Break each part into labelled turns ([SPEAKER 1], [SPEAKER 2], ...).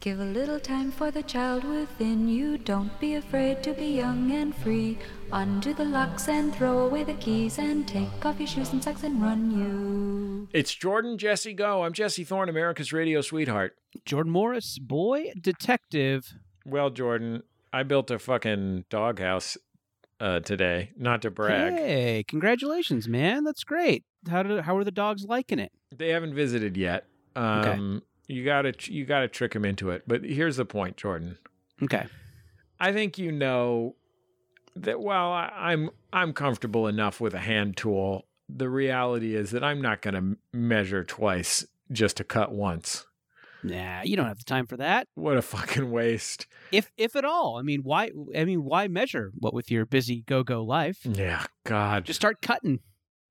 [SPEAKER 1] Give a little time for the child within you. Don't be afraid to be young and free. Undo the locks and throw away the keys and take off your shoes and socks and run you.
[SPEAKER 2] It's Jordan Jesse Go. I'm Jesse Thorne, America's radio sweetheart.
[SPEAKER 3] Jordan Morris, boy detective.
[SPEAKER 2] Well, Jordan, I built a fucking doghouse uh, today, not to brag.
[SPEAKER 3] Hey, congratulations, man. That's great. How did how are the dogs liking it?
[SPEAKER 2] They haven't visited yet. Um, You gotta you gotta trick them into it. But here's the point, Jordan.
[SPEAKER 3] Okay.
[SPEAKER 2] I think you know that while I, I'm I'm comfortable enough with a hand tool, the reality is that I'm not going to measure twice just to cut once.
[SPEAKER 3] Nah, you don't have the time for that.
[SPEAKER 2] What a fucking waste.
[SPEAKER 3] If if at all. I mean, why I mean, why measure what with your busy go-go life?
[SPEAKER 2] Yeah, God.
[SPEAKER 3] Just start cutting.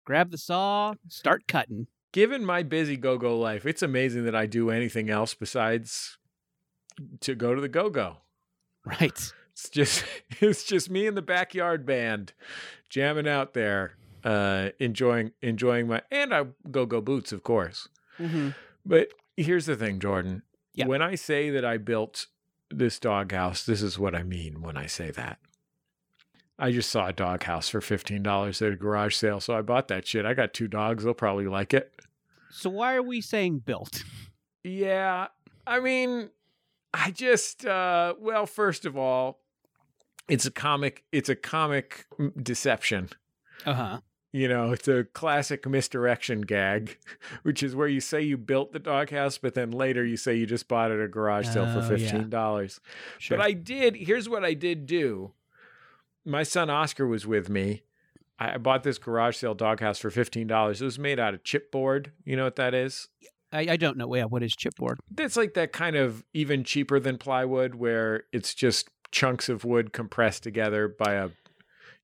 [SPEAKER 3] Grab the saw, start cutting.
[SPEAKER 2] Given my busy go-go life, it's amazing that I do anything else besides to go to the go-go.
[SPEAKER 3] Right.
[SPEAKER 2] It's just it's just me and the backyard band jamming out there, uh enjoying enjoying my and I go-go boots, of course.
[SPEAKER 3] Mm-hmm.
[SPEAKER 2] But here's the thing, Jordan.
[SPEAKER 3] Yeah.
[SPEAKER 2] When I say that I built this doghouse, this is what I mean when I say that. I just saw a doghouse for $15 at a garage sale, so I bought that shit. I got two dogs, they'll probably like it.
[SPEAKER 3] So why are we saying built?
[SPEAKER 2] Yeah. I mean, I just uh well, first of all, it's a comic it's a comic deception.
[SPEAKER 3] Uh-huh.
[SPEAKER 2] you know, it's a classic misdirection gag, which is where you say you built the doghouse, but then later you say you just bought it at a garage sale for
[SPEAKER 3] Oh, yeah.
[SPEAKER 2] fifteen dollars.
[SPEAKER 3] Sure.
[SPEAKER 2] But I did. Here's what I did do. My son Oscar was with me. I I bought this garage sale doghouse for fifteen dollars. It was made out of chipboard. You know what that is?
[SPEAKER 3] I, I don't know. Yeah, what is chipboard?
[SPEAKER 2] That's like that kind of even cheaper than plywood, where it's just chunks of wood compressed together by a,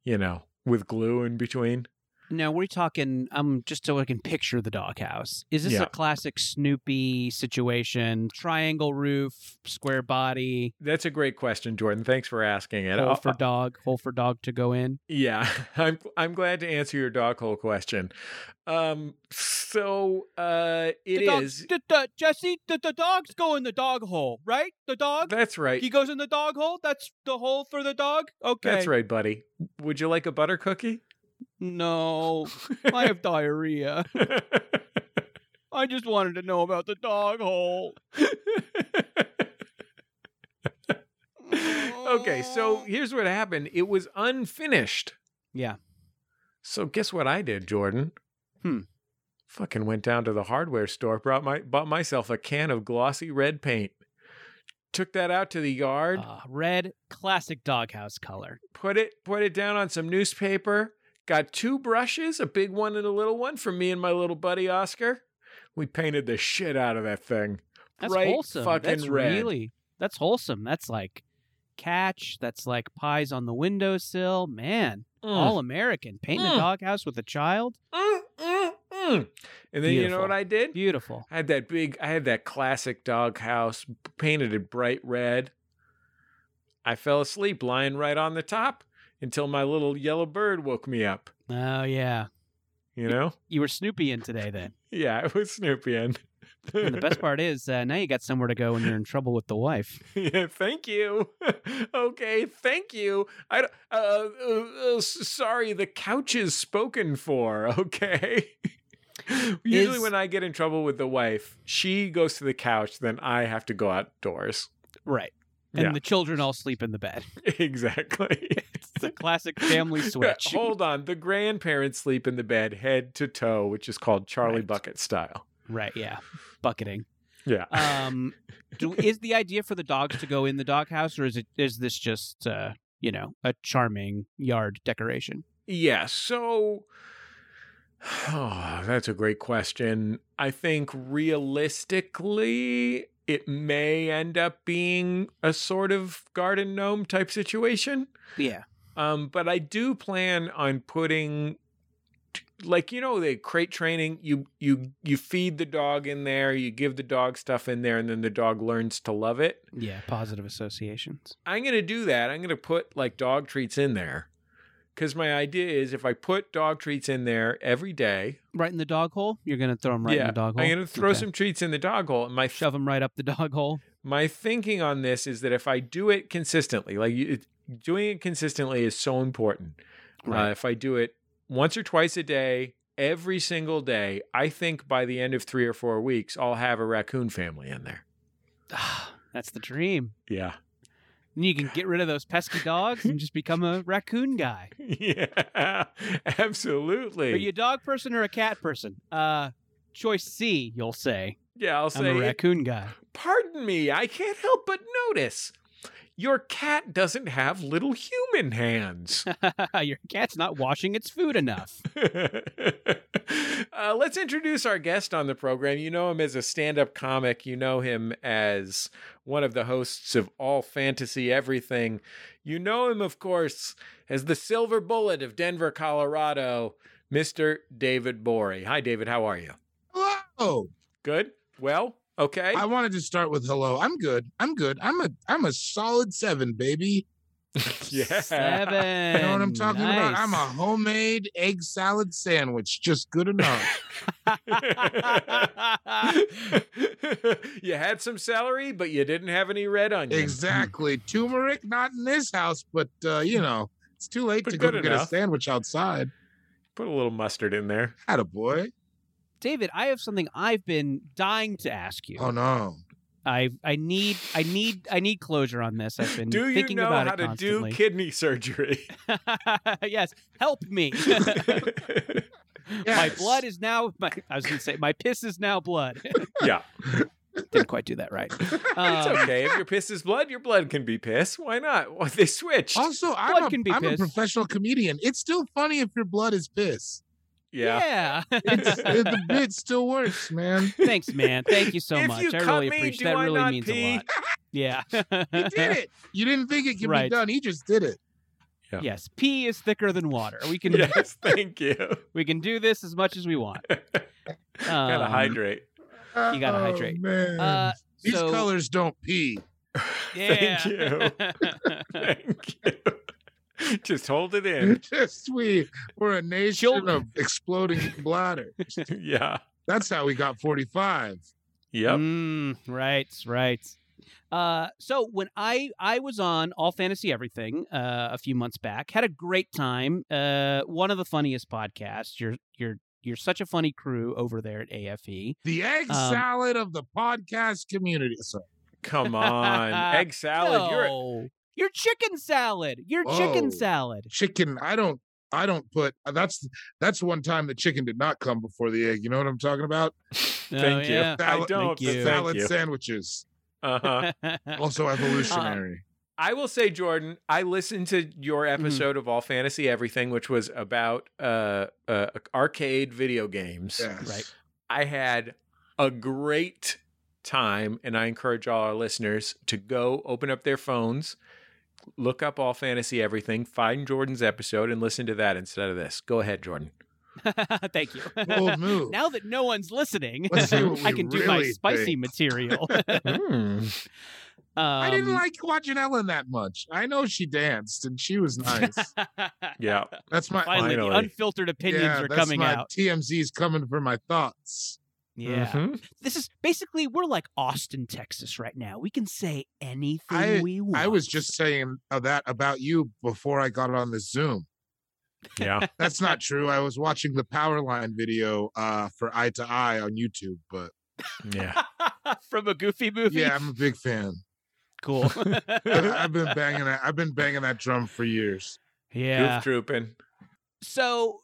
[SPEAKER 2] you know, with glue in between.
[SPEAKER 3] Now we're talking. um, just so I can picture the doghouse. Is this
[SPEAKER 2] Yeah.
[SPEAKER 3] a classic Snoopy situation? Triangle roof, square body,
[SPEAKER 2] That's a great question, Jordan. Thanks for asking it.
[SPEAKER 3] hole
[SPEAKER 2] I'll- uh,
[SPEAKER 3] for dog, hole for dog to go in.
[SPEAKER 2] yeah, I'm I'm glad to answer your dog hole question. Um, so uh, it
[SPEAKER 3] the
[SPEAKER 2] is.
[SPEAKER 3] dog- the- the- Jesse, the, the dogs go in the dog hole, right? The dog.
[SPEAKER 2] That's right.
[SPEAKER 3] He goes in the dog hole. That's the hole for the dog. Okay.
[SPEAKER 2] That's right, buddy. Would you like a butter cookie?
[SPEAKER 3] No, I have diarrhea. I just wanted to know about the dog hole.
[SPEAKER 2] okay, so here's what happened. It was unfinished.
[SPEAKER 3] Yeah.
[SPEAKER 2] So guess what I did, Jordan?
[SPEAKER 3] Hmm.
[SPEAKER 2] Fucking went down to the hardware store, brought my bought myself a can of glossy red paint. Took that out to the yard,
[SPEAKER 3] Ah, red, classic doghouse color.
[SPEAKER 2] put it put it down on some newspaper. Got two brushes, a big one and a little one for me and my little buddy Oscar. We painted the shit out of that thing.
[SPEAKER 3] That's
[SPEAKER 2] Bright
[SPEAKER 3] wholesome.
[SPEAKER 2] fucking
[SPEAKER 3] that's
[SPEAKER 2] red.
[SPEAKER 3] really that's wholesome. That's like catch. That's like pies on the windowsill. Man, all American. Painting
[SPEAKER 2] Mm.
[SPEAKER 3] a doghouse with a child.
[SPEAKER 2] Mm, mm, mm. And then you know
[SPEAKER 3] Beautiful.
[SPEAKER 2] what I did?
[SPEAKER 3] Beautiful.
[SPEAKER 2] I had that big, I had that classic doghouse painted it bright red. I fell asleep lying right on the top until my little yellow bird woke me up.
[SPEAKER 3] Oh yeah.
[SPEAKER 2] You know?
[SPEAKER 3] You were Snoopy in today then.
[SPEAKER 2] yeah, it was Snoopy. And
[SPEAKER 3] And the best part is uh, now you got somewhere to go when you're in trouble with the wife.
[SPEAKER 2] yeah, thank you. okay, thank you. I don't- uh, uh, uh, s- sorry, the couch is spoken for. Okay. Usually,
[SPEAKER 3] Is-
[SPEAKER 2] when I get in trouble with the wife, she goes to the couch, then I have to go outdoors.
[SPEAKER 3] Right. And
[SPEAKER 2] Yeah.
[SPEAKER 3] the children all sleep in the bed.
[SPEAKER 2] exactly.
[SPEAKER 3] It's a classic family switch.
[SPEAKER 2] Hold on. The grandparents sleep in the bed head to toe, which is called Charlie
[SPEAKER 3] Right.
[SPEAKER 2] Bucket style.
[SPEAKER 3] Right, yeah. Bucketing.
[SPEAKER 2] Yeah.
[SPEAKER 3] Um do, is the idea for the dogs to go in the doghouse or is it is this just uh, you know, a charming yard decoration?
[SPEAKER 2] yeah. So oh, that's a great question. I think realistically, it may end up being a sort of garden gnome type situation.
[SPEAKER 3] Yeah.
[SPEAKER 2] Um, but I do plan on putting like you know the crate training you you you feed the dog in there you give the dog stuff in there and then the dog learns to love it
[SPEAKER 3] Yeah, positive associations.
[SPEAKER 2] I'm going to do that. I'm going to put like dog treats in there. Because my idea is if I put dog treats in there every day,
[SPEAKER 3] Right in the dog hole? You're going to throw them right
[SPEAKER 2] yeah,
[SPEAKER 3] in the dog hole.
[SPEAKER 2] I'm going to throw
[SPEAKER 3] Okay.
[SPEAKER 2] some treats in the dog hole. And my,
[SPEAKER 3] shove them right up the dog hole.
[SPEAKER 2] my thinking on this is that if I do it consistently, like you- it, doing it consistently is so important. Uh,
[SPEAKER 3] Right.
[SPEAKER 2] if I do it once or twice a day, every single day, I think by the end of three or four weeks, I'll have a raccoon family in there.
[SPEAKER 3] That's the dream.
[SPEAKER 2] Yeah.
[SPEAKER 3] And you can get rid of those pesky dogs and just become a raccoon guy.
[SPEAKER 2] yeah. Absolutely.
[SPEAKER 3] Are you a dog person or a cat person? Uh, choice C, you'll say.
[SPEAKER 2] yeah, I'll
[SPEAKER 3] I'm
[SPEAKER 2] say,
[SPEAKER 3] a raccoon guy.
[SPEAKER 2] pardon me, I can't help but notice your cat doesn't have little human hands.
[SPEAKER 3] Your cat's not washing its food enough.
[SPEAKER 2] uh, let's introduce our guest on the program. You know him as a stand up comic, you know him as one of the hosts of All Fantasy Everything. You know him, of course, as the silver bullet of Denver, Colorado, Mr. David Borey. Hi, David. How are you?
[SPEAKER 4] Hello.
[SPEAKER 2] Good? Well, okay.
[SPEAKER 4] Oh. I wanted to start with hello. I'm good. I'm good. I'm a I'm a solid seven, baby.
[SPEAKER 2] yeah.
[SPEAKER 3] Seven.
[SPEAKER 4] You know what I'm talking about? I'm a
[SPEAKER 3] Nice.
[SPEAKER 4] homemade egg salad sandwich, just good enough.
[SPEAKER 2] you had some celery, but you didn't have any red onions.
[SPEAKER 3] Hmm.
[SPEAKER 4] exactly. Turmeric, not in this house, but uh, you know, it's too late
[SPEAKER 2] But
[SPEAKER 4] to go
[SPEAKER 2] good
[SPEAKER 4] get a
[SPEAKER 2] enough.
[SPEAKER 4] sandwich outside.
[SPEAKER 2] Put a little mustard in there.
[SPEAKER 4] Had a boy.
[SPEAKER 3] David, I have something I've been dying to ask you.
[SPEAKER 4] Oh no.
[SPEAKER 3] I I need I need I need closure on this. I've been
[SPEAKER 2] Do you
[SPEAKER 3] thinking
[SPEAKER 2] know
[SPEAKER 3] about
[SPEAKER 2] how
[SPEAKER 3] it
[SPEAKER 2] to do
[SPEAKER 3] constantly.
[SPEAKER 2] kidney surgery?
[SPEAKER 3] yes, help me. My
[SPEAKER 4] Yes.
[SPEAKER 3] blood is now. My, I was going to say my piss is now blood.
[SPEAKER 2] yeah,
[SPEAKER 3] Didn't quite do that right.
[SPEAKER 2] it's
[SPEAKER 3] Um,
[SPEAKER 2] okay. If your piss is blood, your blood can be piss. Why not? Well, they switched.
[SPEAKER 4] Also,
[SPEAKER 3] Blood
[SPEAKER 4] I'm, a,
[SPEAKER 3] can be
[SPEAKER 4] I'm a
[SPEAKER 3] piss.
[SPEAKER 4] professional comedian. It's still funny if your blood is piss.
[SPEAKER 2] yeah.
[SPEAKER 3] yeah.
[SPEAKER 4] It's, it, the bit still works, man.
[SPEAKER 3] Thanks, man. Thank you so
[SPEAKER 2] If
[SPEAKER 3] much.
[SPEAKER 2] you
[SPEAKER 3] I
[SPEAKER 2] cut
[SPEAKER 3] really
[SPEAKER 2] me,
[SPEAKER 3] appreciate
[SPEAKER 2] do
[SPEAKER 3] that.
[SPEAKER 2] I
[SPEAKER 3] really
[SPEAKER 2] not
[SPEAKER 3] means
[SPEAKER 2] pee?
[SPEAKER 3] a lot. Yeah.
[SPEAKER 4] He did it. You didn't think it could
[SPEAKER 3] Right.
[SPEAKER 4] be done. He just did it.
[SPEAKER 2] Yeah.
[SPEAKER 3] Yes, pee is thicker than water. We can
[SPEAKER 2] Yes, thank you.
[SPEAKER 3] we can do this as much as we want.
[SPEAKER 2] Gotta
[SPEAKER 3] Um,
[SPEAKER 2] hydrate.
[SPEAKER 4] You
[SPEAKER 3] gotta hydrate.
[SPEAKER 4] Oh, Man.
[SPEAKER 3] Uh,
[SPEAKER 4] These
[SPEAKER 3] so,
[SPEAKER 4] colors don't pee.
[SPEAKER 3] Yeah. you.
[SPEAKER 2] Thank you. Just hold it in.
[SPEAKER 4] Just we we're a nation of exploding bladder.
[SPEAKER 2] Yeah.
[SPEAKER 4] That's how we got 45.
[SPEAKER 2] Yep.
[SPEAKER 3] Mm, right, right. Uh, so when I I was on All Fantasy Everything uh, a few months back, had a great time. Uh, one of the funniest podcasts. You're you're you're such a funny crew over there at AFE.
[SPEAKER 4] The egg
[SPEAKER 3] Um,
[SPEAKER 4] salad of the podcast community. Sorry.
[SPEAKER 2] Come on. Egg salad. You're a-
[SPEAKER 3] No. Your chicken salad. Your chicken
[SPEAKER 4] Oh.
[SPEAKER 3] salad.
[SPEAKER 4] Chicken. I don't. I don't put. uh, That's that's one time the chicken did not come before the egg. You know what I'm talking about?
[SPEAKER 2] Thank you.
[SPEAKER 3] yeah.
[SPEAKER 2] Oh, I
[SPEAKER 4] Salad-
[SPEAKER 2] don't.
[SPEAKER 3] Thank you.
[SPEAKER 2] but
[SPEAKER 4] Salad
[SPEAKER 2] Thank you.
[SPEAKER 4] sandwiches.
[SPEAKER 2] Uh-huh.
[SPEAKER 4] Also evolutionary.
[SPEAKER 2] I will say, Jordan, I listened to your episode of All Fantasy Everything, which was about uh, uh, arcade video games.
[SPEAKER 4] yes.
[SPEAKER 3] right.
[SPEAKER 2] I had a great time, and I encourage all our listeners to go open up their phones, look up All Fantasy Everything, find Jordan's episode, and listen to that instead of this. Go ahead, Jordan.
[SPEAKER 3] Thank you.
[SPEAKER 4] Bold move.
[SPEAKER 3] now that no one's listening,
[SPEAKER 4] Let's see what
[SPEAKER 3] I
[SPEAKER 4] we
[SPEAKER 3] can do my
[SPEAKER 4] really
[SPEAKER 3] spicy
[SPEAKER 4] think.
[SPEAKER 3] material.
[SPEAKER 4] Hmm.
[SPEAKER 2] Mm.
[SPEAKER 4] I didn't
[SPEAKER 3] Um,
[SPEAKER 4] like watching Ellen that much. I know she danced and she was nice.
[SPEAKER 2] Yeah.
[SPEAKER 4] That's my
[SPEAKER 3] Finally, the
[SPEAKER 2] Finally.
[SPEAKER 3] unfiltered opinions
[SPEAKER 4] yeah,
[SPEAKER 3] are
[SPEAKER 4] that's
[SPEAKER 3] coming
[SPEAKER 4] my
[SPEAKER 3] out.
[SPEAKER 4] TMZ's coming for my thoughts. Mm-hmm.
[SPEAKER 3] Yeah.
[SPEAKER 2] Mhm.
[SPEAKER 3] This is basically, we're like Austin, Texas right now. We can say anything we want.
[SPEAKER 4] I was just saying of that about you before I got on the Zoom.
[SPEAKER 2] Yeah.
[SPEAKER 4] That's not true. I was watching the Powerline video uh, for Eye to Eye on YouTube, but
[SPEAKER 2] Yeah.
[SPEAKER 3] from a goofy movie.
[SPEAKER 4] yeah, I'm a big fan.
[SPEAKER 3] Cool.
[SPEAKER 4] I've been banging that. I've been banging that drum for years.
[SPEAKER 3] yeah.
[SPEAKER 2] Goof trooping.
[SPEAKER 3] So.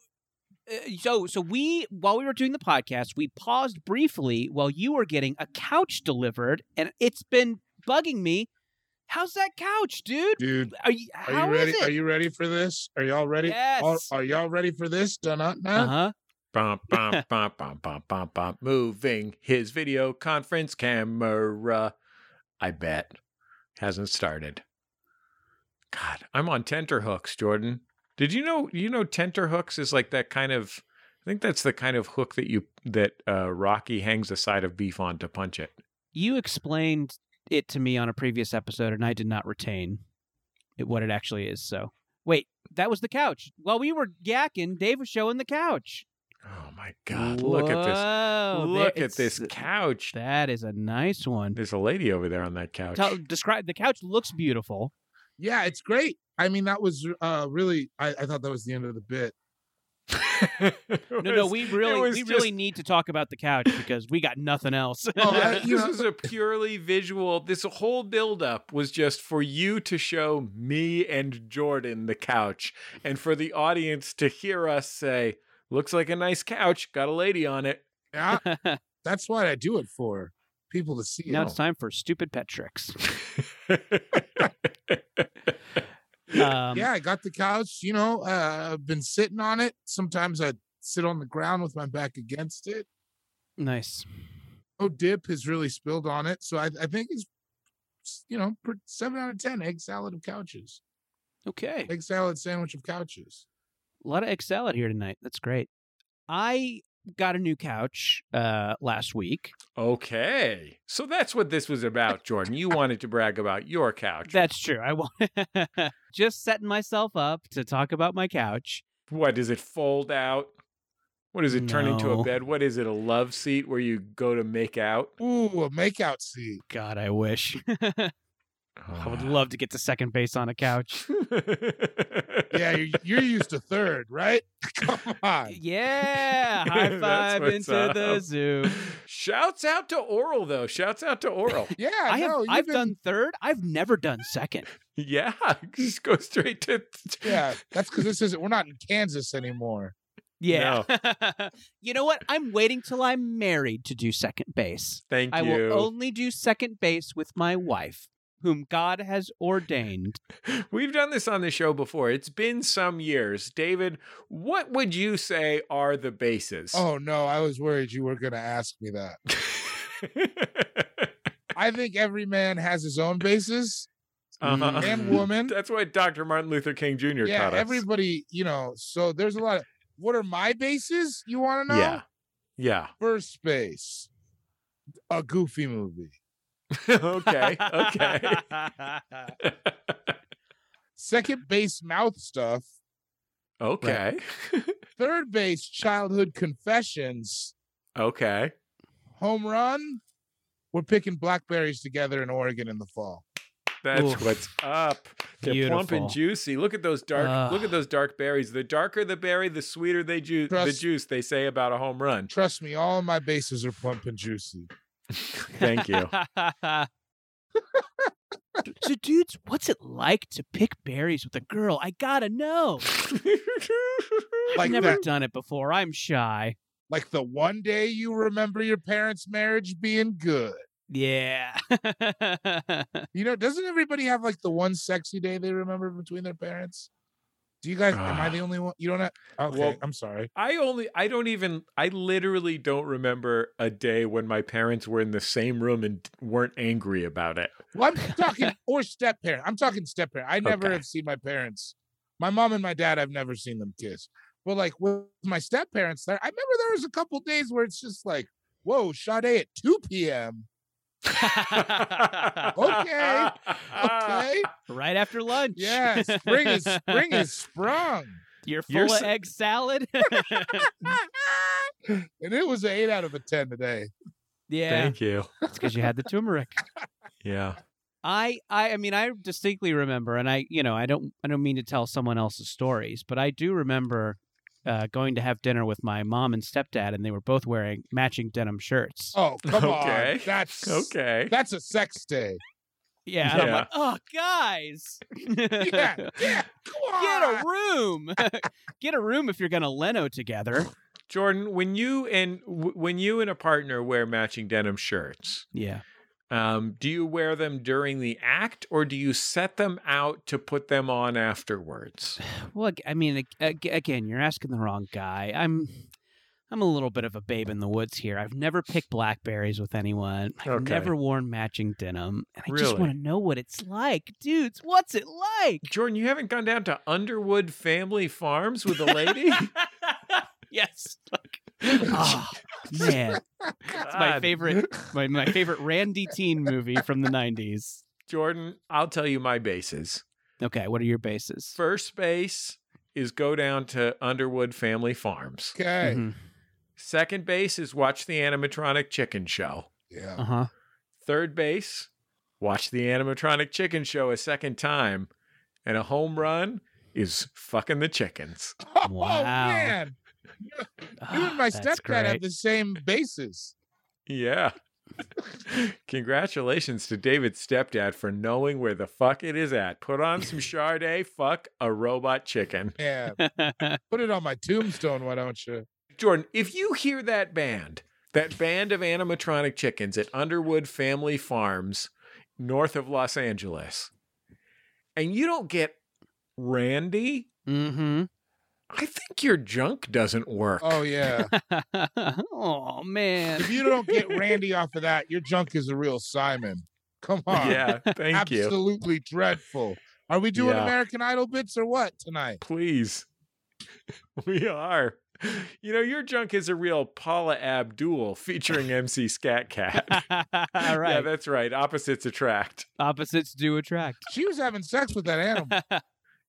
[SPEAKER 3] Uh, so, so we while we were doing the podcast, we paused briefly while you were getting a couch delivered, and it's been bugging me. How's that couch, dude?
[SPEAKER 4] Dude,
[SPEAKER 3] Are you?
[SPEAKER 4] are
[SPEAKER 3] How
[SPEAKER 4] you
[SPEAKER 3] is
[SPEAKER 4] ready?
[SPEAKER 3] it?
[SPEAKER 4] Are you ready for this? Are y'all ready? All,
[SPEAKER 3] Yes.
[SPEAKER 4] are y'all ready for this? Done up now?
[SPEAKER 3] Uh huh.
[SPEAKER 2] Uh-huh. Bum, bum, bum, bum, bum, bum, bum. Moving his video conference camera. I bet. Hasn't started. God, I'm on tenterhooks, Jordan. Did you know you know tenterhooks is like that kind of I think that's the kind of hook that you that uh, Rocky hangs the side of beef on to punch it.
[SPEAKER 3] You explained it to me on a previous episode, and I did not retain it, what it actually is. So, wait, that was the couch. While we were yakking, Dave was showing the couch.
[SPEAKER 2] Oh my God! Look at this!
[SPEAKER 3] Whoa,
[SPEAKER 2] Look
[SPEAKER 3] there-
[SPEAKER 2] at this
[SPEAKER 3] it's-
[SPEAKER 2] couch.
[SPEAKER 3] That is a nice one.
[SPEAKER 2] There's a lady over there on that couch.
[SPEAKER 3] Tell, describe the couch looks beautiful.
[SPEAKER 4] Yeah, it's great. I mean, that was uh really. I, I thought that was the end of the bit.
[SPEAKER 3] No, no, we really, we really need to talk about the couch because we got nothing else.
[SPEAKER 4] Oh, I- you
[SPEAKER 2] this
[SPEAKER 4] know-
[SPEAKER 2] was a purely visual. This whole buildup was just for you to show me and Jordan the couch, and for the audience to hear us say, "Looks like a nice couch. Got a lady on it."
[SPEAKER 4] Yeah,
[SPEAKER 3] now
[SPEAKER 4] that's what I do it for. People to see.
[SPEAKER 3] it's
[SPEAKER 4] it.
[SPEAKER 3] time for stupid pet tricks. Um,
[SPEAKER 4] yeah, I got the couch. You know, uh, I've been sitting on it. Sometimes I sit on the ground with my back against it.
[SPEAKER 3] nice.
[SPEAKER 4] No dip has really spilled on it, so I, I think it's s- you know pr- seven out of ten egg salad of couches,
[SPEAKER 3] Okay,
[SPEAKER 4] egg salad sandwich of couches.
[SPEAKER 3] a lot of egg salad here tonight. That's great. I got a new couch uh, last week.
[SPEAKER 2] okay, so that's what this was about, Jordan. You wanted to brag about your couch.
[SPEAKER 3] That's true. I wa- just setting myself up to talk about my couch.
[SPEAKER 2] what does it fold out? What does it turn into a
[SPEAKER 3] No.
[SPEAKER 2] bed? What is it? A love seat where you go to make out?
[SPEAKER 4] Ooh, a makeout seat. Ah.
[SPEAKER 3] God, I wish. I would love to get to second base on a couch.
[SPEAKER 4] Yeah, you're, you're used to third, right? Come on.
[SPEAKER 3] Yeah, high
[SPEAKER 2] That's
[SPEAKER 3] five
[SPEAKER 2] what's
[SPEAKER 3] into the
[SPEAKER 2] up.
[SPEAKER 3] zoo.
[SPEAKER 2] Shouts out to Oral though. Shouts out to Oral.
[SPEAKER 4] Yeah,
[SPEAKER 3] I have,
[SPEAKER 4] no, you've
[SPEAKER 3] I've
[SPEAKER 4] been-
[SPEAKER 3] done third. I've never done second.
[SPEAKER 2] yeah, just go straight to.
[SPEAKER 4] Yeah, that's because this isn't. We're not in Kansas anymore.
[SPEAKER 3] Yeah. you know what? I'm waiting till I'm married to do second base.
[SPEAKER 2] Thank
[SPEAKER 3] I
[SPEAKER 2] you.
[SPEAKER 3] will only do second base with my wife, whom God has ordained.
[SPEAKER 2] We've done this on the show before. It's been some years. David, what would you say are the bases?
[SPEAKER 4] Oh no, I was worried you were going to ask me that. I think every man has his own basis
[SPEAKER 2] Uh-huh.
[SPEAKER 4] and woman.
[SPEAKER 2] That's why Dr. Martin Luther King Jr.
[SPEAKER 4] yeah,
[SPEAKER 2] taught us.
[SPEAKER 4] everybody, you know. So there's a lot of what are my bases? You want to know?
[SPEAKER 2] Yeah. Yeah.
[SPEAKER 4] First base, a goofy movie.
[SPEAKER 2] okay. Okay.
[SPEAKER 4] Second base, mouth stuff.
[SPEAKER 2] okay.
[SPEAKER 4] Third base, childhood confessions.
[SPEAKER 2] okay.
[SPEAKER 4] Home run. We're picking blackberries together in Oregon in the fall.
[SPEAKER 2] That's
[SPEAKER 3] Oof.
[SPEAKER 2] what's up. They're plump
[SPEAKER 3] Beautiful.
[SPEAKER 2] and juicy. Look at those dark.
[SPEAKER 3] Ugh.
[SPEAKER 2] look at those dark berries. The darker the berry, the sweeter they ju- the
[SPEAKER 4] Trust-
[SPEAKER 2] juice. They say about a home run.
[SPEAKER 4] Trust me, all my bases are plump and juicy.
[SPEAKER 2] Thank you.
[SPEAKER 3] so, dudes, what's it like to pick berries with a girl? I gotta know.
[SPEAKER 4] Like
[SPEAKER 3] I've never
[SPEAKER 4] that.
[SPEAKER 3] done it before. I'm shy.
[SPEAKER 4] Like the one day you remember your parents' marriage being good.
[SPEAKER 3] Yeah.
[SPEAKER 4] You know, doesn't everybody have like the one sexy day they remember between their parents? Do you guys? am I
[SPEAKER 2] Ah.
[SPEAKER 4] the only one? You don't have? Okay,
[SPEAKER 2] Well-
[SPEAKER 4] I'm sorry.
[SPEAKER 2] I only. I don't even. I literally don't remember a day when my parents were in the same room and weren't angry about it.
[SPEAKER 4] Well, I'm talking or step parent. I'm talking step parent. I never
[SPEAKER 2] Okay.
[SPEAKER 4] have seen my parents. My mom and my dad. I've never seen them kiss. But like with my step parents, there. I remember there was a couple days where it's just like, whoa, Sade at 2 p.m. Okay. Okay,
[SPEAKER 3] right after lunch.
[SPEAKER 4] yeah, spring is spring is sprung.
[SPEAKER 3] You're full
[SPEAKER 2] You're
[SPEAKER 3] of
[SPEAKER 2] s-
[SPEAKER 3] egg salad.
[SPEAKER 4] and it was an eight out of a ten today.
[SPEAKER 3] yeah,
[SPEAKER 2] Thank you.
[SPEAKER 3] that's because you had the turmeric.
[SPEAKER 2] Yeah.
[SPEAKER 3] I, I, I mean, I distinctly remember, and I, you know, I don't, I don't mean to tell someone else's stories, but I do remember uh, going to have dinner with my mom and stepdad, and they were both wearing matching denim shirts.
[SPEAKER 4] Oh come on,
[SPEAKER 2] Okay.
[SPEAKER 4] that's
[SPEAKER 2] Okay.
[SPEAKER 4] That's a sex day.
[SPEAKER 3] yeah, and I'm
[SPEAKER 2] yeah.
[SPEAKER 3] like, oh, guys,
[SPEAKER 4] Yeah, yeah. Come on.
[SPEAKER 3] get a room, get a room if you're gonna Leno together.
[SPEAKER 2] Jordan, when you and w- when you and a partner wear matching denim shirts,
[SPEAKER 3] Yeah.
[SPEAKER 2] Um, do you wear them during the act or do you set them out to put them on afterwards?
[SPEAKER 3] Well, ag- I mean, ag- ag- again, you're asking the wrong guy. I'm, I'm a little bit of a babe in the woods here. I've never picked blackberries with anyone. I've
[SPEAKER 2] Okay.
[SPEAKER 3] never worn matching denim, and I just
[SPEAKER 2] Really?
[SPEAKER 3] want to know what it's like, dudes. What's it like?
[SPEAKER 2] Jordan, you haven't gone down to Underwood Family Farms with a lady?
[SPEAKER 3] yes. Like, oh, man, it's my
[SPEAKER 2] God.
[SPEAKER 3] favorite, my, my favorite Randy Teen movie from the '90s.
[SPEAKER 2] Jordan, I'll tell you my bases.
[SPEAKER 3] Okay, what are your bases?
[SPEAKER 2] First base is go down to Underwood Family Farms.
[SPEAKER 4] Okay.
[SPEAKER 3] Mhm.
[SPEAKER 2] Second base is watch the animatronic chicken show.
[SPEAKER 4] Yeah.
[SPEAKER 3] Uh huh.
[SPEAKER 2] Third base, watch the animatronic chicken show a second time. And a home run is fucking the chickens.
[SPEAKER 4] Oh
[SPEAKER 3] Wow.
[SPEAKER 4] man. You and my stepdad have the same basis.
[SPEAKER 2] Yeah. Congratulations to David's stepdad for knowing where the fuck it is at. Put on some Charday, fuck a robot chicken.
[SPEAKER 4] Yeah.
[SPEAKER 3] great.
[SPEAKER 4] Put it on my tombstone, why don't you?
[SPEAKER 2] Jordan, if you hear that band, that band of animatronic chickens at Underwood Family Farms, north of Los Angeles, and you don't get Randy,
[SPEAKER 3] mm
[SPEAKER 2] I think your junk doesn't work.
[SPEAKER 4] Oh yeah.
[SPEAKER 3] hmm. oh man.
[SPEAKER 4] if you don't get Randy off of that, your junk is a real Simon. Come on.
[SPEAKER 2] yeah. Thank you.
[SPEAKER 4] Absolutely dreadful. Are we doing
[SPEAKER 2] Yeah.
[SPEAKER 4] American Idol bits or what tonight?
[SPEAKER 2] Please. We are. You know, your junk is a real Paula Abdul featuring MC Scat Cat.
[SPEAKER 3] All right.
[SPEAKER 2] Yeah, that's right. Opposites attract.
[SPEAKER 3] Opposites do attract.
[SPEAKER 4] She was having sex with that animal.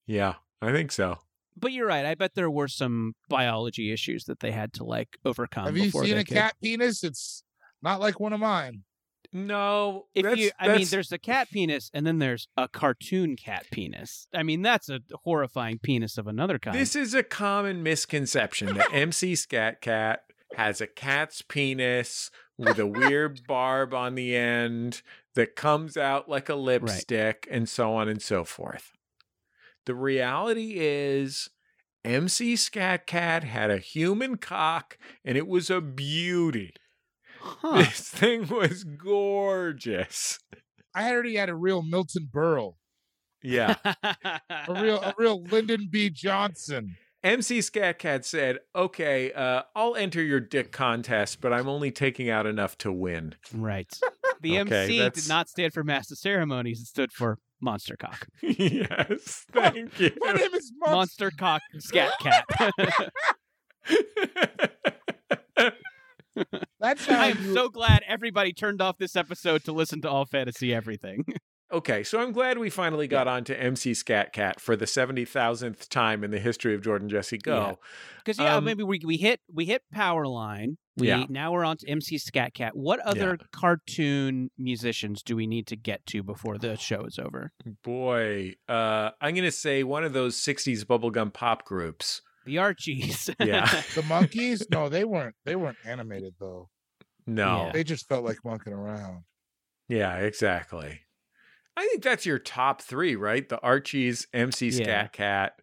[SPEAKER 2] Yeah, I think so.
[SPEAKER 3] But you're right. I bet there were some biology issues that they had to like overcome.
[SPEAKER 4] Have you
[SPEAKER 3] before
[SPEAKER 4] seen
[SPEAKER 3] they
[SPEAKER 4] a
[SPEAKER 3] could-
[SPEAKER 4] cat penis? It's not like one of mine.
[SPEAKER 2] No,
[SPEAKER 3] If
[SPEAKER 2] that's-
[SPEAKER 3] you, I mean,
[SPEAKER 2] that's-
[SPEAKER 3] there's the cat penis, and then there's a cartoon cat penis. I mean, that's a horrifying penis of another kind.
[SPEAKER 2] This is a common misconception that MC Scat Cat has a cat's penis with a weird barb on the end that comes out like a lipstick and so on and so forth. The reality is MC Scat Cat had a human cock and it was a beauty.
[SPEAKER 3] Huh.
[SPEAKER 2] This thing was gorgeous.
[SPEAKER 4] I already had a real Milton Berle,
[SPEAKER 2] Yeah.
[SPEAKER 4] a real, a real Lyndon B. Johnson.
[SPEAKER 2] MC Scatcat said, "Okay, uh, I'll enter your dick contest, but I'm only taking out enough to win."
[SPEAKER 3] right. The
[SPEAKER 2] Okay,
[SPEAKER 3] MC
[SPEAKER 2] that's-
[SPEAKER 3] did not stand for Master Ceremonies. It stood for Monster Cock.
[SPEAKER 2] yes, thank you.
[SPEAKER 4] My name is Monster.
[SPEAKER 3] Monster Cock Scat Cat.
[SPEAKER 4] That's how
[SPEAKER 3] I am
[SPEAKER 4] you-
[SPEAKER 3] so glad everybody turned off this episode to listen to All Fantasy Everything.
[SPEAKER 2] okay, so I'm glad we finally got on to MC Scatcat for the seventy thousandth time in the history of Jordan Jesse Go.
[SPEAKER 3] Because yeah,
[SPEAKER 2] Um,
[SPEAKER 3] maybe we we hit we hit Powerline. We
[SPEAKER 2] Yeah.
[SPEAKER 3] now we're on to MC Scat Cat. What other cartoon musicians do we need to get to before the show is over?
[SPEAKER 2] Boy, uh, I'm gonna say one of those '60s bubblegum pop groups.
[SPEAKER 3] The Archies.
[SPEAKER 2] Yeah,
[SPEAKER 4] the monkeys. No, they weren't. They weren't animated though.
[SPEAKER 2] no,
[SPEAKER 4] They just felt like monkeying around.
[SPEAKER 2] Yeah, exactly. I think that's your top three, right? The Archies, MC
[SPEAKER 3] Yeah.
[SPEAKER 2] Scat Cat,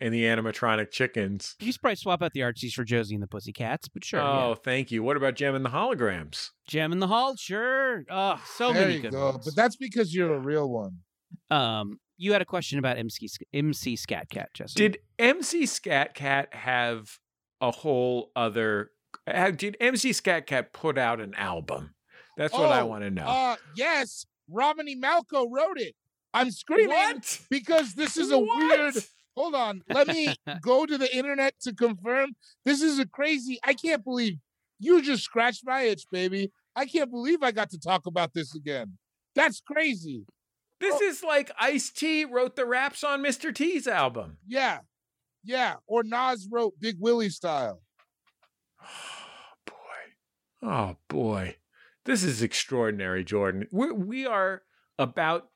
[SPEAKER 2] and the animatronic chickens.
[SPEAKER 3] you should probably swap out the Archies for Josie and the Pussycats, but sure.
[SPEAKER 2] oh,
[SPEAKER 3] yeah.
[SPEAKER 2] thank you. What about Gem and the Holograms?
[SPEAKER 3] Gem in the Hall, sure. Oh, so
[SPEAKER 4] there
[SPEAKER 3] many
[SPEAKER 4] you
[SPEAKER 3] good
[SPEAKER 4] go.
[SPEAKER 3] ones.
[SPEAKER 4] But that's because you're a real one.
[SPEAKER 3] um, you had a question about MC Sc- MC Scat Cat, Jesse.
[SPEAKER 2] Did MC Scat Cat have a whole other? uh, Did MC Scat Cat put out an album? That's what I
[SPEAKER 4] Oh,
[SPEAKER 2] want to know.
[SPEAKER 4] Uh yes, Romney Malco wrote it. I'm screaming
[SPEAKER 2] what?
[SPEAKER 4] because this is a weird.
[SPEAKER 2] What?
[SPEAKER 4] Hold on, let me go to the internet to confirm. This is a crazy. I can't believe you just scratched my itch, baby. I can't believe I got to talk about this again. That's crazy.
[SPEAKER 2] This
[SPEAKER 3] Oh.
[SPEAKER 2] is like Ice T wrote the raps on Mr. T's album.
[SPEAKER 4] Yeah, yeah. Or Nas wrote Big Willie style.
[SPEAKER 2] boy. Oh boy. This is extraordinary, Jordan. We're, we are about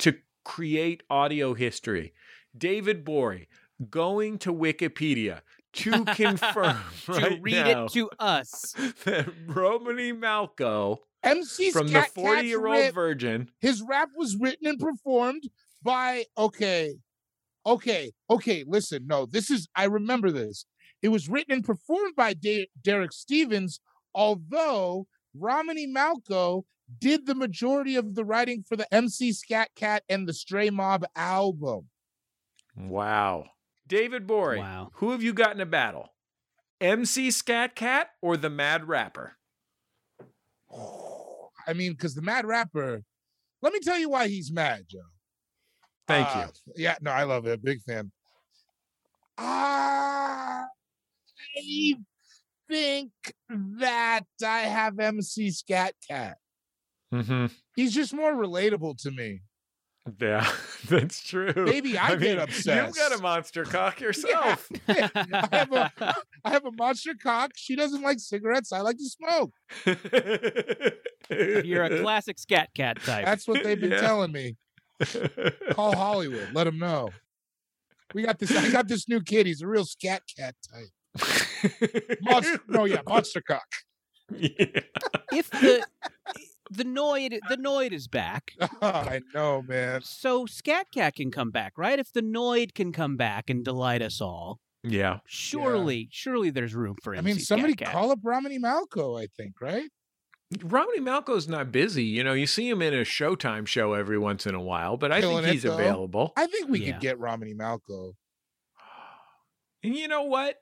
[SPEAKER 2] to create audio history. David Bory going to Wikipedia to confirm
[SPEAKER 3] to
[SPEAKER 2] right
[SPEAKER 3] read
[SPEAKER 2] now
[SPEAKER 3] it to us?
[SPEAKER 2] that Romany Malco
[SPEAKER 4] MC
[SPEAKER 2] from the
[SPEAKER 4] Scat Cat's
[SPEAKER 2] 40 year old
[SPEAKER 4] rip-
[SPEAKER 2] virgin.
[SPEAKER 4] His rap was written and performed by okay, okay, okay. Listen, no, this is I remember this. It was written and performed by De- Derek Stevens, although Romney Malco did the majority of the writing for the MC Scat Cat and the Stray Mob album.
[SPEAKER 2] Wow. David Bory,
[SPEAKER 3] Wow.
[SPEAKER 2] who have you got in a battle? MC Scat Cat or the Mad Rapper?
[SPEAKER 4] I mean, because the Mad Rapper, let me tell you why he's mad, Joe.
[SPEAKER 2] Thank
[SPEAKER 4] Uh,
[SPEAKER 2] you.
[SPEAKER 4] Yeah, no, I love it. Big fan. I think that I have MC Scat Cat.
[SPEAKER 2] Mm-hmm.
[SPEAKER 4] He's just more relatable to me.
[SPEAKER 2] Yeah, that's true.
[SPEAKER 4] Maybe I, get obsessed.
[SPEAKER 2] You've got a monster cock yourself.
[SPEAKER 4] I have a I have a monster cock. She doesn't like cigarettes. I like to smoke.
[SPEAKER 3] You're a classic scat cat type.
[SPEAKER 4] That's what they've been
[SPEAKER 2] Yeah.
[SPEAKER 4] telling me. Call Hollywood. Let them know. We got this. I got this new kid. He's a real scat cat type. Monster. no, Oh, yeah, monster cock.
[SPEAKER 2] Yeah.
[SPEAKER 3] If the the Noid the Noid is back,
[SPEAKER 4] I know, man.
[SPEAKER 3] so Scat Cat can come back, right? If the Noid can come back and delight us all,
[SPEAKER 2] Yeah.
[SPEAKER 3] surely, surely there's room for
[SPEAKER 4] I
[SPEAKER 3] MC
[SPEAKER 4] mean, somebody
[SPEAKER 3] Scat Cat.
[SPEAKER 4] call up Romney Malco. I think right.
[SPEAKER 2] Romney Malco's not busy. You know, you see him in a Showtime show every once in a while, but I
[SPEAKER 4] Killing
[SPEAKER 2] think
[SPEAKER 4] it,
[SPEAKER 2] he's
[SPEAKER 4] though.
[SPEAKER 2] available.
[SPEAKER 4] I think we
[SPEAKER 3] Yeah.
[SPEAKER 4] could get Romney Malco.
[SPEAKER 2] And you know what?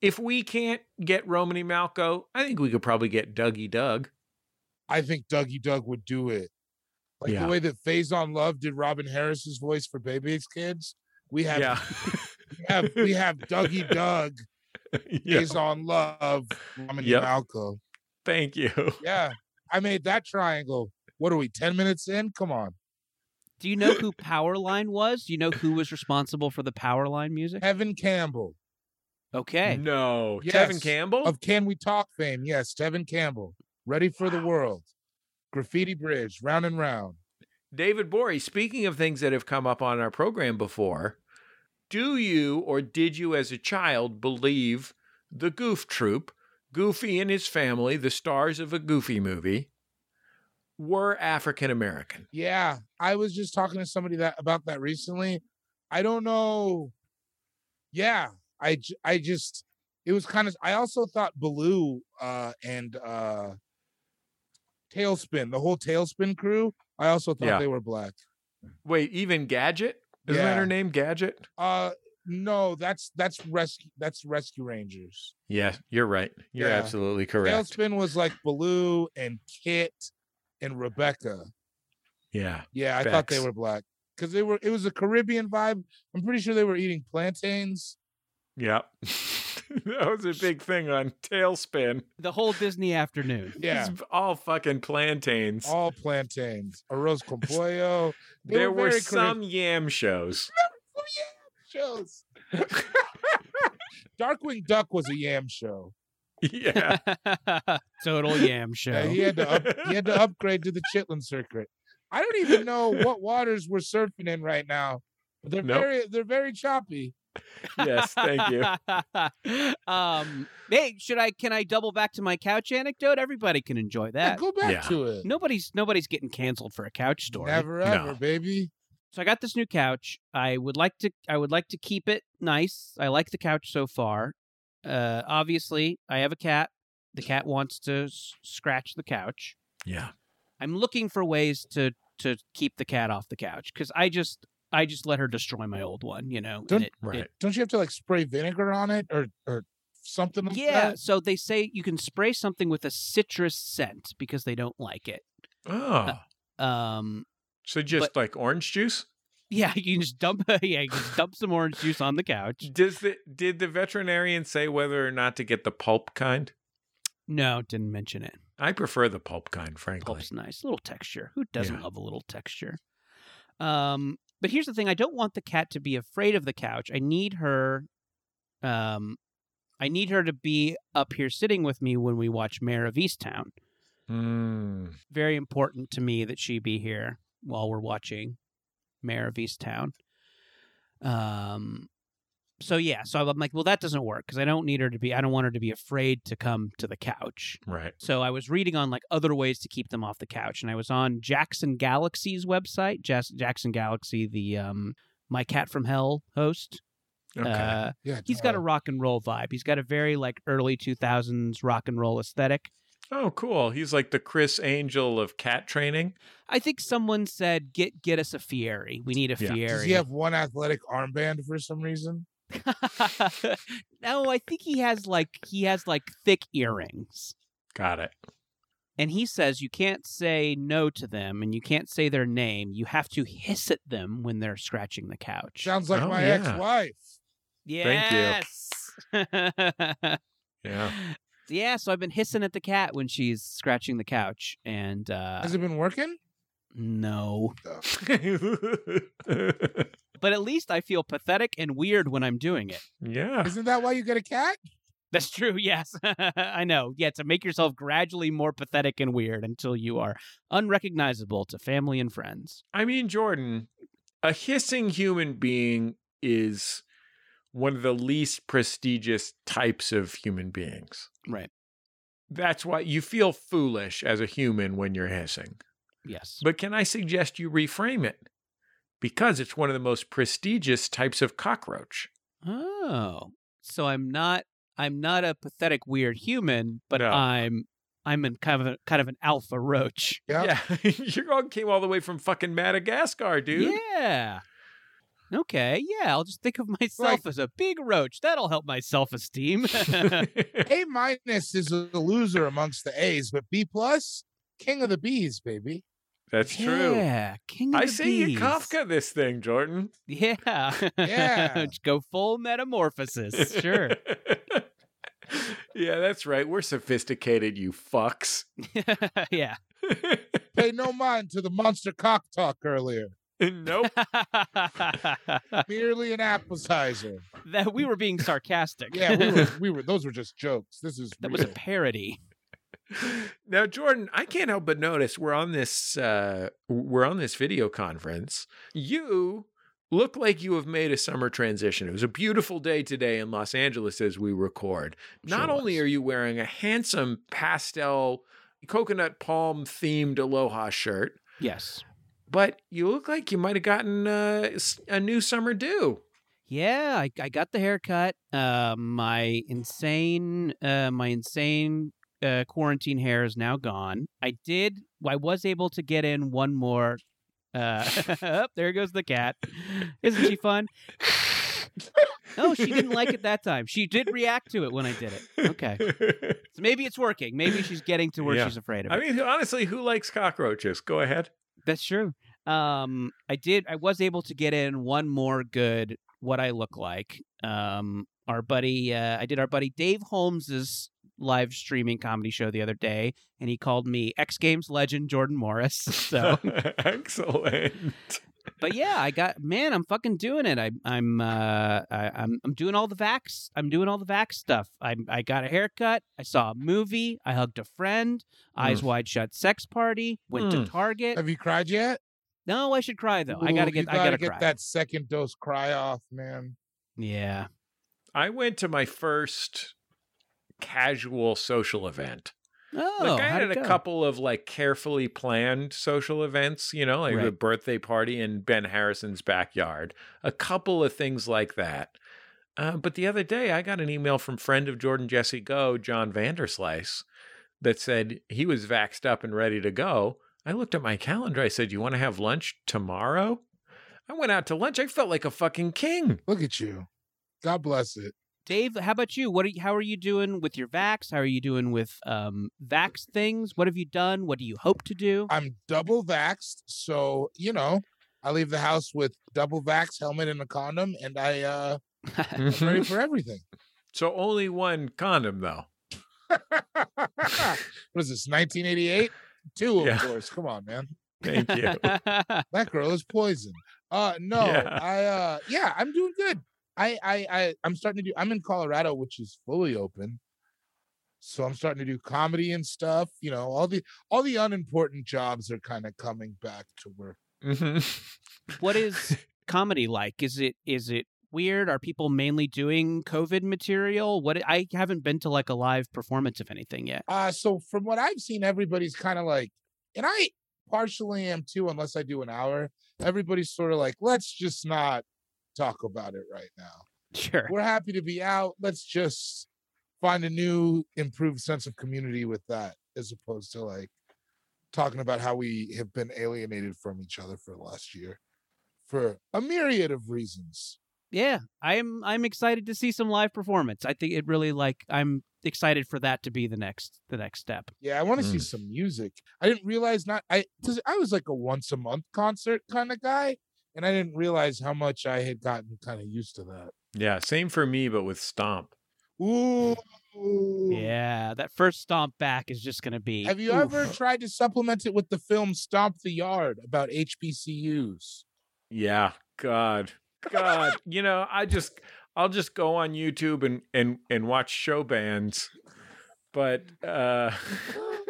[SPEAKER 2] If we can't get Romany Malco, I think we could probably get Dougie Doug.
[SPEAKER 4] I think Dougie Doug would do it. Like
[SPEAKER 2] Yeah.
[SPEAKER 4] the way that Faison Love did Robin Harris's voice for Baby's Kids. We have
[SPEAKER 2] Yeah.
[SPEAKER 4] we have we have Dougie Doug
[SPEAKER 2] Yeah.
[SPEAKER 4] Faison Love Romney
[SPEAKER 2] Yep.
[SPEAKER 4] Malco.
[SPEAKER 2] Thank you.
[SPEAKER 4] Yeah. I made that triangle. What are we, 10 minutes in? Come on.
[SPEAKER 3] Do you know who Powerline was? Do you know who was responsible for the Powerline music?
[SPEAKER 4] Evan Campbell
[SPEAKER 3] Okay. Oh,
[SPEAKER 2] No.
[SPEAKER 4] Yes.
[SPEAKER 2] Tevin Campbell?
[SPEAKER 4] of Can We Talk fame. Yes, Tevin Campbell. Ready for the world. Graffiti Bridge, round and round.
[SPEAKER 2] David Bory, speaking of things that have come up on our program before, do you or did you as a child believe the Goof Troop, Goofy and his family, the stars of a Goofy movie, were African American?
[SPEAKER 4] Yeah, I was just talking to somebody that about that recently. I don't know. Yeah, I j- I just it was kind of. I also thought Baloo uh, and uh, Tailspin, the whole Tailspin crew. I also thought
[SPEAKER 2] Yeah.
[SPEAKER 4] they were black.
[SPEAKER 2] Wait, even Gadget? Isn't
[SPEAKER 4] Yeah.
[SPEAKER 2] that her name, Gadget?
[SPEAKER 4] Uh, no, that's that's rescue that's Rescue Rangers.
[SPEAKER 2] Yeah, you're right. You're
[SPEAKER 4] Yeah.
[SPEAKER 2] absolutely correct.
[SPEAKER 4] Tailspin was like Baloo and Kit and Rebecca.
[SPEAKER 2] yeah.
[SPEAKER 4] Yeah, I thought they
[SPEAKER 2] Facts.
[SPEAKER 4] were black because they were. It was a Caribbean vibe. I'm pretty sure they were eating plantains.
[SPEAKER 2] Yeah. that was a big thing on Tailspin.
[SPEAKER 3] The whole Disney afternoon.
[SPEAKER 4] Yeah,
[SPEAKER 2] It's all fucking plantains.
[SPEAKER 4] all plantains. Arroz con pollo. They
[SPEAKER 2] there
[SPEAKER 4] were
[SPEAKER 2] were,
[SPEAKER 4] very
[SPEAKER 2] some yam shows.
[SPEAKER 4] Oh, yeah, shows. Darkwing Duck was a yam show.
[SPEAKER 2] yeah.
[SPEAKER 3] Total yam show.
[SPEAKER 4] Yeah, he had to up, he had to upgrade to the Chitlin circuit. I don't even know what waters we're surfing in right now. But they're
[SPEAKER 2] Nope.
[SPEAKER 4] very they're very choppy.
[SPEAKER 2] yes, thank you.
[SPEAKER 3] you. um, hey, should I? Can I double back to my couch anecdote? Everybody can enjoy
[SPEAKER 4] Yeah,
[SPEAKER 3] that.
[SPEAKER 4] go back
[SPEAKER 2] Yeah.
[SPEAKER 4] to it.
[SPEAKER 3] Nobody's nobody's getting canceled for a couch story.
[SPEAKER 4] Never ever, baby.
[SPEAKER 3] So I got this new couch. I would like to I would like to keep it nice. I like the couch so far. Uh, obviously, I have a cat. The cat wants to s- scratch the couch.
[SPEAKER 2] Yeah.
[SPEAKER 3] I'm looking for ways to to keep the cat off the couch because I just I just let her destroy my old one. You know, and
[SPEAKER 4] Don't-
[SPEAKER 3] it-
[SPEAKER 2] Right.
[SPEAKER 3] it-
[SPEAKER 4] Don't you have to like spray vinegar on it or or something like
[SPEAKER 3] yeah.
[SPEAKER 4] that?
[SPEAKER 3] So they say you can spray something with a citrus scent because they don't like it. Uh,
[SPEAKER 2] Oh.
[SPEAKER 3] Um,
[SPEAKER 2] So just like orange juice?
[SPEAKER 3] yeah, you can just dump yeah, you can just dump some orange juice on the couch.
[SPEAKER 2] Does the did the veterinarian say whether or not to get the pulp kind?
[SPEAKER 3] No, didn't mention it.
[SPEAKER 2] I prefer the pulp kind, frankly.
[SPEAKER 3] pulp's nice. A little texture. Who doesn't
[SPEAKER 2] Yeah.
[SPEAKER 3] love a little texture? Um, but here's the thing: I don't want the cat to be afraid of the couch. I need her, um, I need her to be up here sitting with me when we watch Mayor of Easttown.
[SPEAKER 2] Mm.
[SPEAKER 3] Very important to me that she be here while we're watching Mayor of Easttown. Um, so yeah, so I'm like, well, that doesn't work because I don't need her to be. I don't want her to be afraid to come to the couch.
[SPEAKER 2] Right.
[SPEAKER 3] So I was reading on like other ways to keep them off the couch, and I was on Jackson Galaxy's website. Jas- Jackson Galaxy, the um, My Cat from Hell host.
[SPEAKER 2] Okay.
[SPEAKER 3] Uh,
[SPEAKER 4] Yeah,
[SPEAKER 3] he's got a
[SPEAKER 4] duh.
[SPEAKER 3] rock and roll vibe. He's got a very like early two thousands rock and roll aesthetic.
[SPEAKER 2] oh, cool. He's like the Chris Angel of cat training.
[SPEAKER 3] I think someone said, "Get get us a Fieri. We need a
[SPEAKER 2] Yeah.
[SPEAKER 3] Fieri."
[SPEAKER 4] Does he have one athletic armband for some reason?
[SPEAKER 3] no, I think he has like he has like thick earrings.
[SPEAKER 2] Got it.
[SPEAKER 3] And he says you can't say no to them and you can't say their name. You have to hiss at them when they're scratching the couch.
[SPEAKER 4] Sounds like
[SPEAKER 2] Oh,
[SPEAKER 4] my
[SPEAKER 2] yeah.
[SPEAKER 4] ex-wife.
[SPEAKER 3] Yes.
[SPEAKER 2] Yeah.
[SPEAKER 3] yeah, so I've been hissing at the cat when she's scratching the couch and uh
[SPEAKER 4] Has it been working?
[SPEAKER 3] No. But at least I feel pathetic and weird when I'm doing it.
[SPEAKER 2] yeah.
[SPEAKER 4] Isn't that why you get a cat?
[SPEAKER 3] That's true. Yes. I know. Yeah, to make yourself gradually more pathetic and weird until you are unrecognizable to family and friends.
[SPEAKER 2] I mean, Jordan, a hissing human being is one of the least prestigious types of human beings.
[SPEAKER 3] Right.
[SPEAKER 2] That's why you feel foolish as a human when you're hissing.
[SPEAKER 3] Yes.
[SPEAKER 2] But can I suggest you reframe it? Because it's one of the most prestigious types of cockroach.
[SPEAKER 3] Oh. So I'm not I'm not a pathetic weird human, but
[SPEAKER 2] No.
[SPEAKER 3] I'm I'm in kind of a, kind of an alpha roach.
[SPEAKER 2] Yeah. Your dog came all the way from fucking Madagascar, dude.
[SPEAKER 3] Yeah. Okay, yeah, I'll just think of myself
[SPEAKER 4] Like-
[SPEAKER 3] as a big roach. That'll help my self-esteem.
[SPEAKER 4] A minus is a loser amongst the A's, but B plus, king of the bees, baby.
[SPEAKER 2] That's true.
[SPEAKER 3] Yeah, King of
[SPEAKER 2] I
[SPEAKER 3] the
[SPEAKER 2] say you
[SPEAKER 3] Bees.
[SPEAKER 2] Kafka this thing, Jordan.
[SPEAKER 3] Yeah.
[SPEAKER 4] Yeah.
[SPEAKER 3] Just Go full metamorphosis. Sure.
[SPEAKER 2] yeah, that's right. We're sophisticated, you fucks.
[SPEAKER 3] yeah.
[SPEAKER 4] Pay no mind to the monster cock talk earlier.
[SPEAKER 2] nope.
[SPEAKER 4] Merely an appetizer.
[SPEAKER 3] that we were being sarcastic.
[SPEAKER 4] Yeah, we were, we were. Those were just jokes. This is
[SPEAKER 3] that was a
[SPEAKER 4] real.
[SPEAKER 3] parody.
[SPEAKER 2] Now, Jordan, I can't help but notice we're on this uh, we're on this video conference. You look like you have made a summer transition. It was a beautiful day today in Los Angeles as we record. Not
[SPEAKER 3] Sure
[SPEAKER 2] only
[SPEAKER 3] was.
[SPEAKER 2] are you wearing a handsome pastel coconut palm themed aloha shirt,
[SPEAKER 3] Yes.
[SPEAKER 2] but you look like you might have gotten uh, s- a new summer do.
[SPEAKER 3] Yeah, I, I got the haircut. Uh, my insane, uh, my insane uh, quarantine hair is now gone. I did. I was able to get in one more. Uh, oh, there goes the cat. Isn't she fun? No, she didn't like it that time. She did react to it when I did it. Okay. So maybe it's working. Maybe she's getting to where
[SPEAKER 2] Yeah.
[SPEAKER 3] she's afraid of.
[SPEAKER 2] I
[SPEAKER 3] it.
[SPEAKER 2] mean, honestly, who likes cockroaches? Go ahead.
[SPEAKER 3] That's true. Um, I did. I was able to get in one more good. What I look like. Um, our buddy. Uh, I did our buddy Dave Holmes's live streaming comedy show the other day, and he called me X Games legend Jordan Morris. So,
[SPEAKER 2] excellent.
[SPEAKER 3] but yeah, I got man. I'm fucking doing it. I, I'm. Uh, I, I'm. I'm doing all the vax. I'm doing all the vax stuff. I. I got a haircut. I saw a movie. I hugged a friend. Eyes
[SPEAKER 2] Mm.
[SPEAKER 3] wide shut. Sex party. Went
[SPEAKER 2] Mm.
[SPEAKER 3] to Target.
[SPEAKER 4] Have you cried yet?
[SPEAKER 3] No, I should cry though. I
[SPEAKER 4] Ooh,
[SPEAKER 3] gotta
[SPEAKER 4] you
[SPEAKER 3] get. I gotta
[SPEAKER 4] get
[SPEAKER 3] cry.
[SPEAKER 4] that second dose cry off, man.
[SPEAKER 3] Yeah.
[SPEAKER 2] I went to my first casual social event.
[SPEAKER 3] Oh,
[SPEAKER 2] like I
[SPEAKER 3] how'd
[SPEAKER 2] had
[SPEAKER 3] it
[SPEAKER 2] a
[SPEAKER 3] go?
[SPEAKER 2] couple of like carefully planned social events, you know, like
[SPEAKER 3] Right.
[SPEAKER 2] a birthday party in Ben Harrison's backyard, a couple of things like that. Uh, but the other day, I got an email from friend of Jordan Jesse Go, John Vanderslice, that said he was vaxxed up and ready to go. I looked at my calendar. I said, "You want to have lunch tomorrow?" I went out to lunch. I felt like a fucking king.
[SPEAKER 4] Look at you. God bless it.
[SPEAKER 3] Dave, how about you? What are you, how are you doing with your vax? How are you doing with um vax things? What have you done? What do you hope to do?
[SPEAKER 4] I'm double vaxxed, so you know, I leave the house with double vax helmet and a condom, and I uh I'm
[SPEAKER 2] Mm-hmm.
[SPEAKER 4] ready for everything.
[SPEAKER 2] So only one condom though.
[SPEAKER 4] what is this, 1988? Two, of
[SPEAKER 2] Yeah.
[SPEAKER 4] course. Come on, man.
[SPEAKER 2] Thank you.
[SPEAKER 4] That girl is poison. Uh no,
[SPEAKER 2] Yeah.
[SPEAKER 4] I uh yeah, I'm doing good. I I I I'm starting to do I'm in Colorado, which is fully open. So I'm starting to do comedy and stuff, you know, all the all the unimportant jobs are kind of coming back to work.
[SPEAKER 2] Mhm.
[SPEAKER 3] what is comedy like? Is it is it weird? Are people mainly doing COVID material? What I haven't been to like a live performance of anything yet.
[SPEAKER 4] Uh, so from what I've seen, everybody's kind of like, and I partially am too, unless I do an hour. Everybody's sort of like, let's just not talk about it right now.
[SPEAKER 3] Sure.
[SPEAKER 4] We're happy to be out. Let's just find a new, improved sense of community with that, as opposed to like talking about how we have been alienated from each other for the last year for a myriad of reasons.
[SPEAKER 3] Yeah, I'm I'm excited to see some live performance. I think it really like I'm excited for that to be the next the next step.
[SPEAKER 4] Yeah, I want to see
[SPEAKER 2] Mm.
[SPEAKER 4] some music. I didn't realize not I 'cause I was like a once a month concert kind of guy, and I didn't realize how much I had gotten kind of used to that.
[SPEAKER 2] Yeah, same for me, but with Stomp.
[SPEAKER 4] Ooh,
[SPEAKER 3] Yeah, that first stomp back is just going to be.
[SPEAKER 4] Have you
[SPEAKER 3] oof.
[SPEAKER 4] ever tried to supplement it with the film Stomp the Yard about HBCUs?
[SPEAKER 2] Yeah. God. God. you know, I just I'll just go on YouTube and and and watch show bands. But uh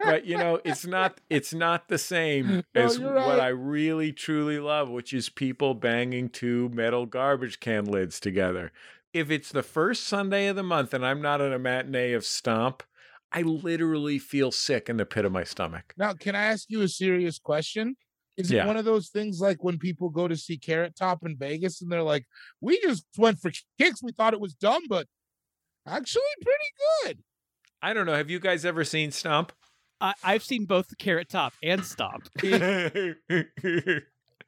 [SPEAKER 2] but you know, it's not it's not the same
[SPEAKER 4] No,
[SPEAKER 2] as
[SPEAKER 4] you're
[SPEAKER 2] what
[SPEAKER 4] right.
[SPEAKER 2] I really truly love, which is people banging two metal garbage can lids together. If it's the first Sunday of the month and I'm not at a matinee of Stomp, I literally feel sick in the pit of my stomach.
[SPEAKER 4] Now, can I ask you a serious question? Is
[SPEAKER 2] Yeah.
[SPEAKER 4] it one of those things like when people go to see Carrot Top in Vegas and they're like, we just went for kicks. We thought it was dumb, but actually pretty good.
[SPEAKER 2] I don't know. Have you guys ever seen Stomp?
[SPEAKER 3] I- I've seen both the carrot top and stomp.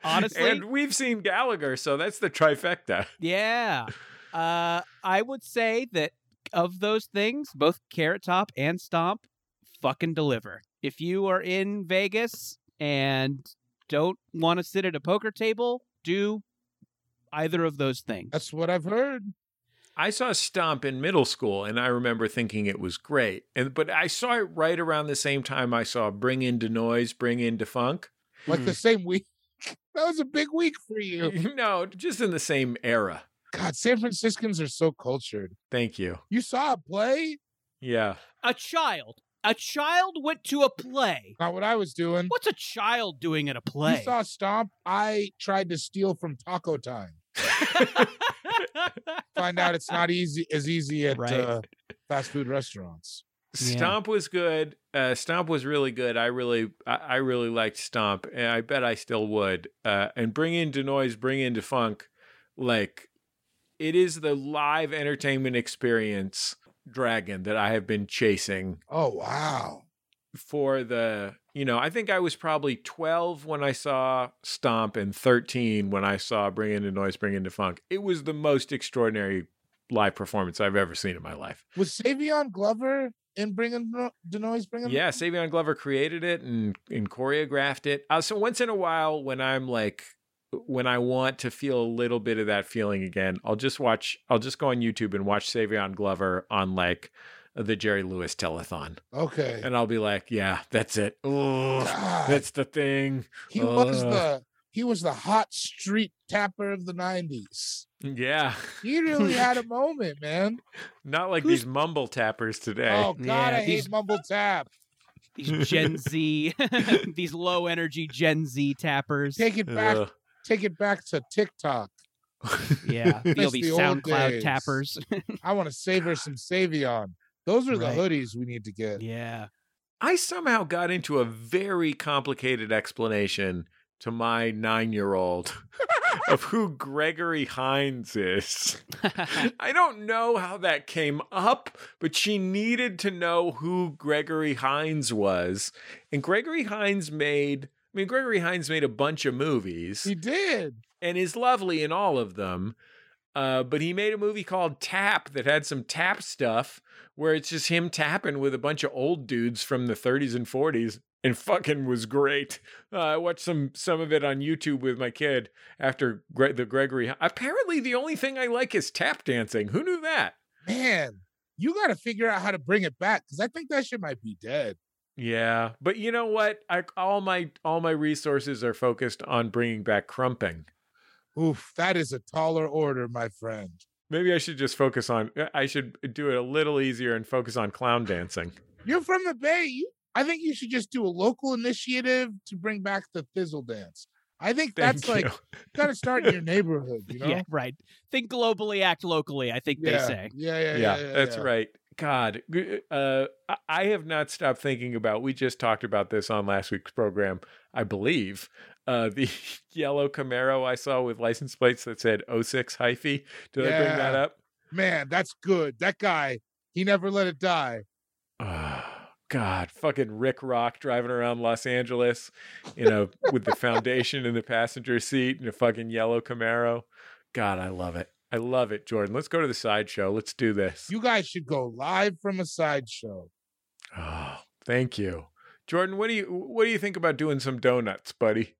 [SPEAKER 3] Honestly-
[SPEAKER 2] and we've seen Gallagher, so that's the trifecta.
[SPEAKER 3] Yeah. Uh, I would say that of those things, both Carrot Top and Stomp fucking deliver. If you are in Vegas and don't want to sit at a poker table, do either of those things.
[SPEAKER 4] That's what I've heard.
[SPEAKER 2] I saw Stomp in middle school, and I remember thinking it was great. And but I saw it right around the same time I saw Bring Into Noise, Bring Into Funk.
[SPEAKER 3] Hmm.
[SPEAKER 4] Like the same week. that was a big week for you.
[SPEAKER 2] no, just in the same era.
[SPEAKER 4] God, San Franciscans are so cultured.
[SPEAKER 2] Thank you.
[SPEAKER 4] You saw a play?
[SPEAKER 2] Yeah,
[SPEAKER 3] A child. A child went to a play.
[SPEAKER 4] Not what I was doing.
[SPEAKER 3] What's a child doing at a
[SPEAKER 4] You
[SPEAKER 3] play?
[SPEAKER 4] saw Stomp. I tried to steal from Taco Time. Find out it's not easy as easy at
[SPEAKER 3] Right.
[SPEAKER 4] uh, fast food restaurants.
[SPEAKER 3] Yeah.
[SPEAKER 2] Stomp was good. Uh, Stomp was really good. I really, I, I really liked Stomp, and I bet I still would. Uh, and Bring Into Noise, Bring Into Funk, like it is the live entertainment experience dragon that I have been chasing
[SPEAKER 4] Oh wow.
[SPEAKER 2] for the you know i think i was probably 12 when i saw stomp and 13 when i saw bring in the noise bring in the funk it was the most extraordinary live performance i've ever seen in my life
[SPEAKER 4] Was Savion Glover in bringing the noise? Bringing
[SPEAKER 2] yeah savion glover created it and, and choreographed it uh, so once in a while when i'm like when i want to feel a little bit of that feeling again i'll just watch i'll just go on youtube and watch savion glover on like the jerry lewis telethon
[SPEAKER 4] Okay.
[SPEAKER 2] and i'll be like yeah that's it Ugh,
[SPEAKER 4] God,
[SPEAKER 2] that's the thing
[SPEAKER 4] he was
[SPEAKER 2] uh.
[SPEAKER 4] the he was the hot street tapper of the '90s.
[SPEAKER 2] Yeah.
[SPEAKER 4] He really had a moment, man.
[SPEAKER 2] Not like
[SPEAKER 3] Who's-
[SPEAKER 2] these mumble tappers today.
[SPEAKER 4] Oh God,
[SPEAKER 3] Yeah,
[SPEAKER 4] I hate
[SPEAKER 3] these-
[SPEAKER 4] mumble tap.
[SPEAKER 3] These Gen Z, these low energy Gen Z tappers.
[SPEAKER 4] Take it back.
[SPEAKER 2] Ugh.
[SPEAKER 4] Take it back to TikTok.
[SPEAKER 3] Yeah,
[SPEAKER 4] Miss
[SPEAKER 3] you'll be
[SPEAKER 4] the old
[SPEAKER 3] SoundCloud
[SPEAKER 4] days.
[SPEAKER 3] tappers.
[SPEAKER 4] I want to savor some Savion. Those are the
[SPEAKER 3] Right.
[SPEAKER 4] hoodies we need to get.
[SPEAKER 3] yeah.
[SPEAKER 2] I somehow got into a very complicated explanation to my nine year old of who Gregory Hines is. I don't know how that came up, but she needed to know who Gregory Hines was. And Gregory Hines made, I mean, Gregory Hines made a bunch of movies.
[SPEAKER 4] He did.
[SPEAKER 2] and is lovely in all of them. Uh, but he made a movie called Tap that had some tap stuff where it's just him tapping with a bunch of old dudes from the 30s and 40s and fucking was great. Uh, I watched some some of it on YouTube with my kid after Gre- the Gregory. Apparently the only thing I like is tap dancing. Who knew that?
[SPEAKER 4] Man, you got to figure out how to bring it back because I think that shit might be dead.
[SPEAKER 2] Yeah, but you know what? I, all my all my resources are focused on bringing back crumping.
[SPEAKER 4] Oof, that is a taller order, my friend.
[SPEAKER 2] Maybe I should just focus on I should do it a little easier and focus on clown dancing.
[SPEAKER 4] You're from the Bay. You, I think you should just do a local initiative to bring back the thizzle dance. I
[SPEAKER 2] Thank
[SPEAKER 4] think that's like
[SPEAKER 2] you.
[SPEAKER 4] you got to start in your neighborhood. You know?
[SPEAKER 3] Yeah, right. Think globally, act locally. I think they
[SPEAKER 4] Yeah,
[SPEAKER 3] say.
[SPEAKER 4] Yeah, yeah,
[SPEAKER 2] yeah,
[SPEAKER 4] yeah.
[SPEAKER 2] that's
[SPEAKER 4] yeah.
[SPEAKER 2] right. God, g- uh, I- I have not stopped thinking about. We just talked about this on last week's program, I believe. Uh, the yellow Camaro I saw with license plates that said 06 hyphy. Did I bring that
[SPEAKER 4] Yeah.
[SPEAKER 2] up?
[SPEAKER 4] Man, that's good. That guy, he never let it die.
[SPEAKER 2] Oh, God, fucking Rick Rock driving around Los Angeles, you know, with the foundation in the passenger seat and a fucking yellow Camaro. God, I love it. I love it, Jordan. Let's go to the sideshow. Let's do this.
[SPEAKER 4] You guys should go live from a sideshow.
[SPEAKER 2] Oh, thank you, Jordan. What do you what do you think about doing some donuts, buddy?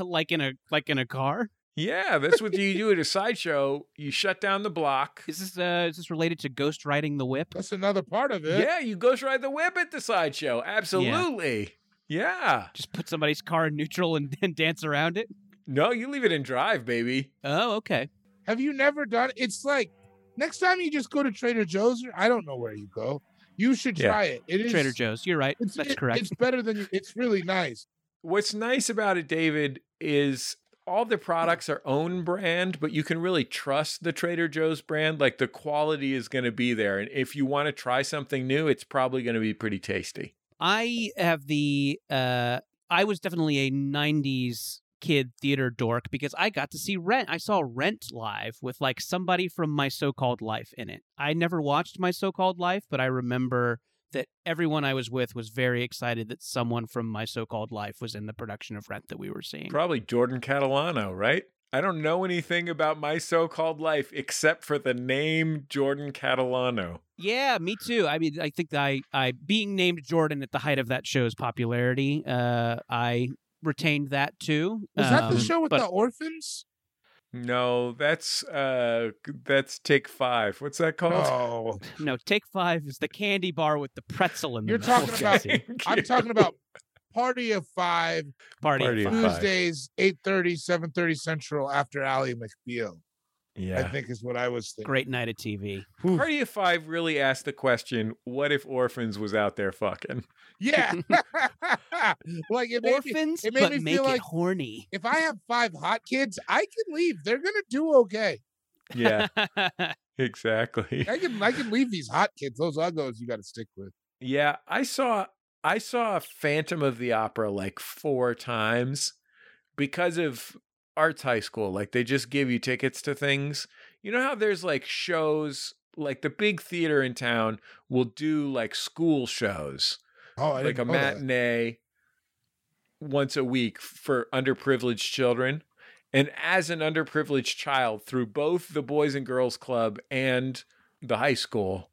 [SPEAKER 3] like in a like in a car.
[SPEAKER 2] Yeah, that's what you do at a sideshow. You shut down the block.
[SPEAKER 3] Is this uh, is this related to ghost riding the whip?
[SPEAKER 4] That's another part of it.
[SPEAKER 2] Yeah, you ghost ride the whip at the sideshow. Absolutely. Yeah.
[SPEAKER 3] Just put somebody's car in neutral and, and dance around it.
[SPEAKER 2] No, you leave it in drive, baby.
[SPEAKER 3] Oh, okay.
[SPEAKER 4] Have you never done It's like next time you just go to Trader Joe's or I don't know where you go. You should
[SPEAKER 2] Yeah.
[SPEAKER 4] try it. It is
[SPEAKER 3] Trader Joe's. You're right.
[SPEAKER 4] It's,
[SPEAKER 3] That's
[SPEAKER 4] it-
[SPEAKER 3] correct.
[SPEAKER 4] It's better than you, it's really nice.
[SPEAKER 2] What's nice about it, David, is all the products are own brand, but you can really trust the Trader Joe's brand. Like the quality is going to be there. And if you want to try something new, it's probably going to be pretty tasty.
[SPEAKER 3] I have the uh I was definitely a 90s kid theater dork because I got to see Rent. I saw Rent live with like somebody from my so-called life in it. I never watched my so-called life, but I remember that everyone I was with was very excited that someone from my so-called life was in the production of Rent that we were seeing.
[SPEAKER 2] Probably Jordan Catalano, right? I don't know anything about my so called life except for the name Jordan Catalano.
[SPEAKER 3] Yeah, me too. I mean, I think that I, I being named Jordan at the height of that show's popularity, uh, I retained that too.
[SPEAKER 4] Was that the
[SPEAKER 3] Um,
[SPEAKER 4] show with
[SPEAKER 3] but
[SPEAKER 4] the orphans?
[SPEAKER 2] No, Oh, that's uh that's take five. What's that called?
[SPEAKER 4] Oh,
[SPEAKER 3] No, Take Five is the candy bar with the pretzel in the
[SPEAKER 4] You're
[SPEAKER 3] middle,
[SPEAKER 4] talking about-
[SPEAKER 3] Jesse.
[SPEAKER 2] Thank
[SPEAKER 4] I'm
[SPEAKER 2] you.
[SPEAKER 4] talking about Party of Five
[SPEAKER 3] party.
[SPEAKER 2] Party
[SPEAKER 3] of
[SPEAKER 2] of
[SPEAKER 3] Five.
[SPEAKER 2] Five.
[SPEAKER 4] Tuesdays, 8.30, 7.30 Central after Ally McBeal, I
[SPEAKER 2] Yeah.
[SPEAKER 4] think is what I was thinking.
[SPEAKER 3] Great night of TV.
[SPEAKER 2] Party of Five really asked the question, what if Orphans was out there fucking?
[SPEAKER 4] Yeah. like it made me-
[SPEAKER 3] Orphans,
[SPEAKER 4] it made
[SPEAKER 3] but
[SPEAKER 4] me feel
[SPEAKER 3] make it
[SPEAKER 4] like-
[SPEAKER 3] horny.
[SPEAKER 4] if I have five hot kids, I can leave. They're gonna do okay.
[SPEAKER 2] Yeah, exactly.
[SPEAKER 4] I can I can leave these hot kids. Those uggos you got to stick with.
[SPEAKER 2] Yeah, I saw I saw Phantom of the Opera like four times because of arts high school. Like they just give you tickets to things. You know how there's like shows like the big theater in town will do like school shows,
[SPEAKER 4] Oh, I
[SPEAKER 2] like a
[SPEAKER 4] didn't know that.
[SPEAKER 2] matinee once a week for underprivileged children. And as an underprivileged child through both the Boys and Girls Club and the high school,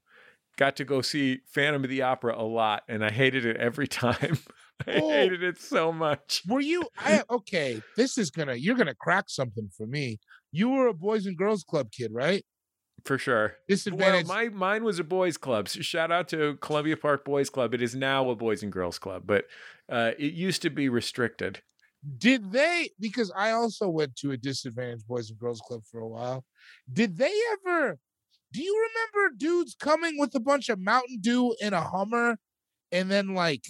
[SPEAKER 2] got to go see Phantom of the Opera a lot, and I hated it every time. I
[SPEAKER 4] Oh.
[SPEAKER 2] hated it so much.
[SPEAKER 4] Were you? I okay. This is gonna. You're gonna crack something for me. You were a boys and girls club kid, right?
[SPEAKER 2] For sure. Well,
[SPEAKER 4] Disadvantage.
[SPEAKER 2] my mine was a boys' club. So shout out to Columbia Park Boys Club. It is now a boys and girls club, but uh, it used to be restricted.
[SPEAKER 4] did they? Because I also went to a disadvantaged boys and girls club for a while. Did they ever? Do you remember dudes coming with a bunch of Mountain Dew in a Hummer, and then like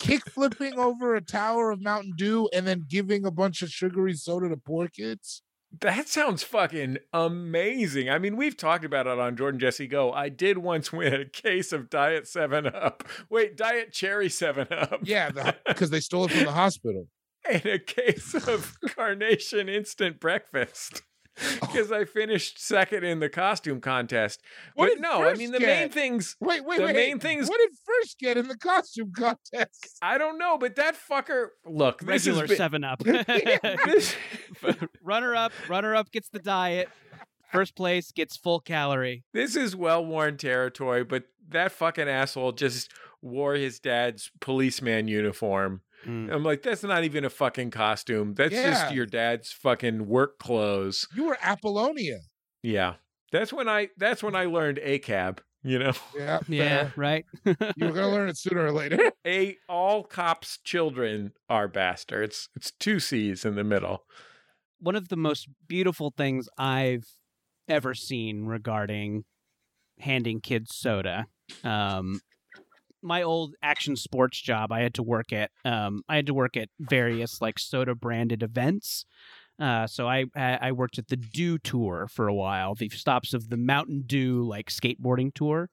[SPEAKER 4] kick flipping over a tower of Mountain Dew, and then giving a bunch of sugary soda to poor kids?
[SPEAKER 2] That sounds fucking amazing. I mean, we've talked about it on Jordan Jesse Go. I did once win a case of Diet 7 Up. Wait, Diet Cherry 7 Up.
[SPEAKER 4] Yeah, because they stole it from the hospital.
[SPEAKER 2] and a case of carnation instant breakfast
[SPEAKER 4] Oh.
[SPEAKER 2] because I finished second in the costume contest.
[SPEAKER 4] What
[SPEAKER 2] but
[SPEAKER 4] did
[SPEAKER 2] no, I
[SPEAKER 4] first
[SPEAKER 2] mean the main
[SPEAKER 4] get?
[SPEAKER 2] things
[SPEAKER 4] Wait, wait,
[SPEAKER 2] the
[SPEAKER 4] wait.
[SPEAKER 2] main things-
[SPEAKER 4] What did first get in the costume contest?
[SPEAKER 2] I don't know, but that fucker. Look, this has
[SPEAKER 3] Regular
[SPEAKER 2] been-
[SPEAKER 3] Seven Up.
[SPEAKER 2] this-
[SPEAKER 3] runner up. Runner up gets the diet. First place gets full calorie.
[SPEAKER 2] this is well worn territory, but that fucking asshole just wore his dad's policeman uniform. I'm like, that's not even a fucking costume. That's
[SPEAKER 4] Mm. Yeah.
[SPEAKER 2] just your dad's fucking work clothes.
[SPEAKER 4] You were Apollonia.
[SPEAKER 2] Yeah. That's when I that's when I learned ACAB, you know.
[SPEAKER 4] Yeah,
[SPEAKER 3] Yeah,
[SPEAKER 4] fair.
[SPEAKER 3] right.
[SPEAKER 4] You were gonna learn it sooner or later.
[SPEAKER 2] a all cops children are bastards it's two c's in the middle
[SPEAKER 3] one of the most beautiful things I've ever seen regarding handing kids soda. Um, my old action sports job, I had to work at. Um, I had to work at various like soda branded events. Uh, so I I I worked at the Dew Tour for a while, the stops of the Mountain Dew like skateboarding tour,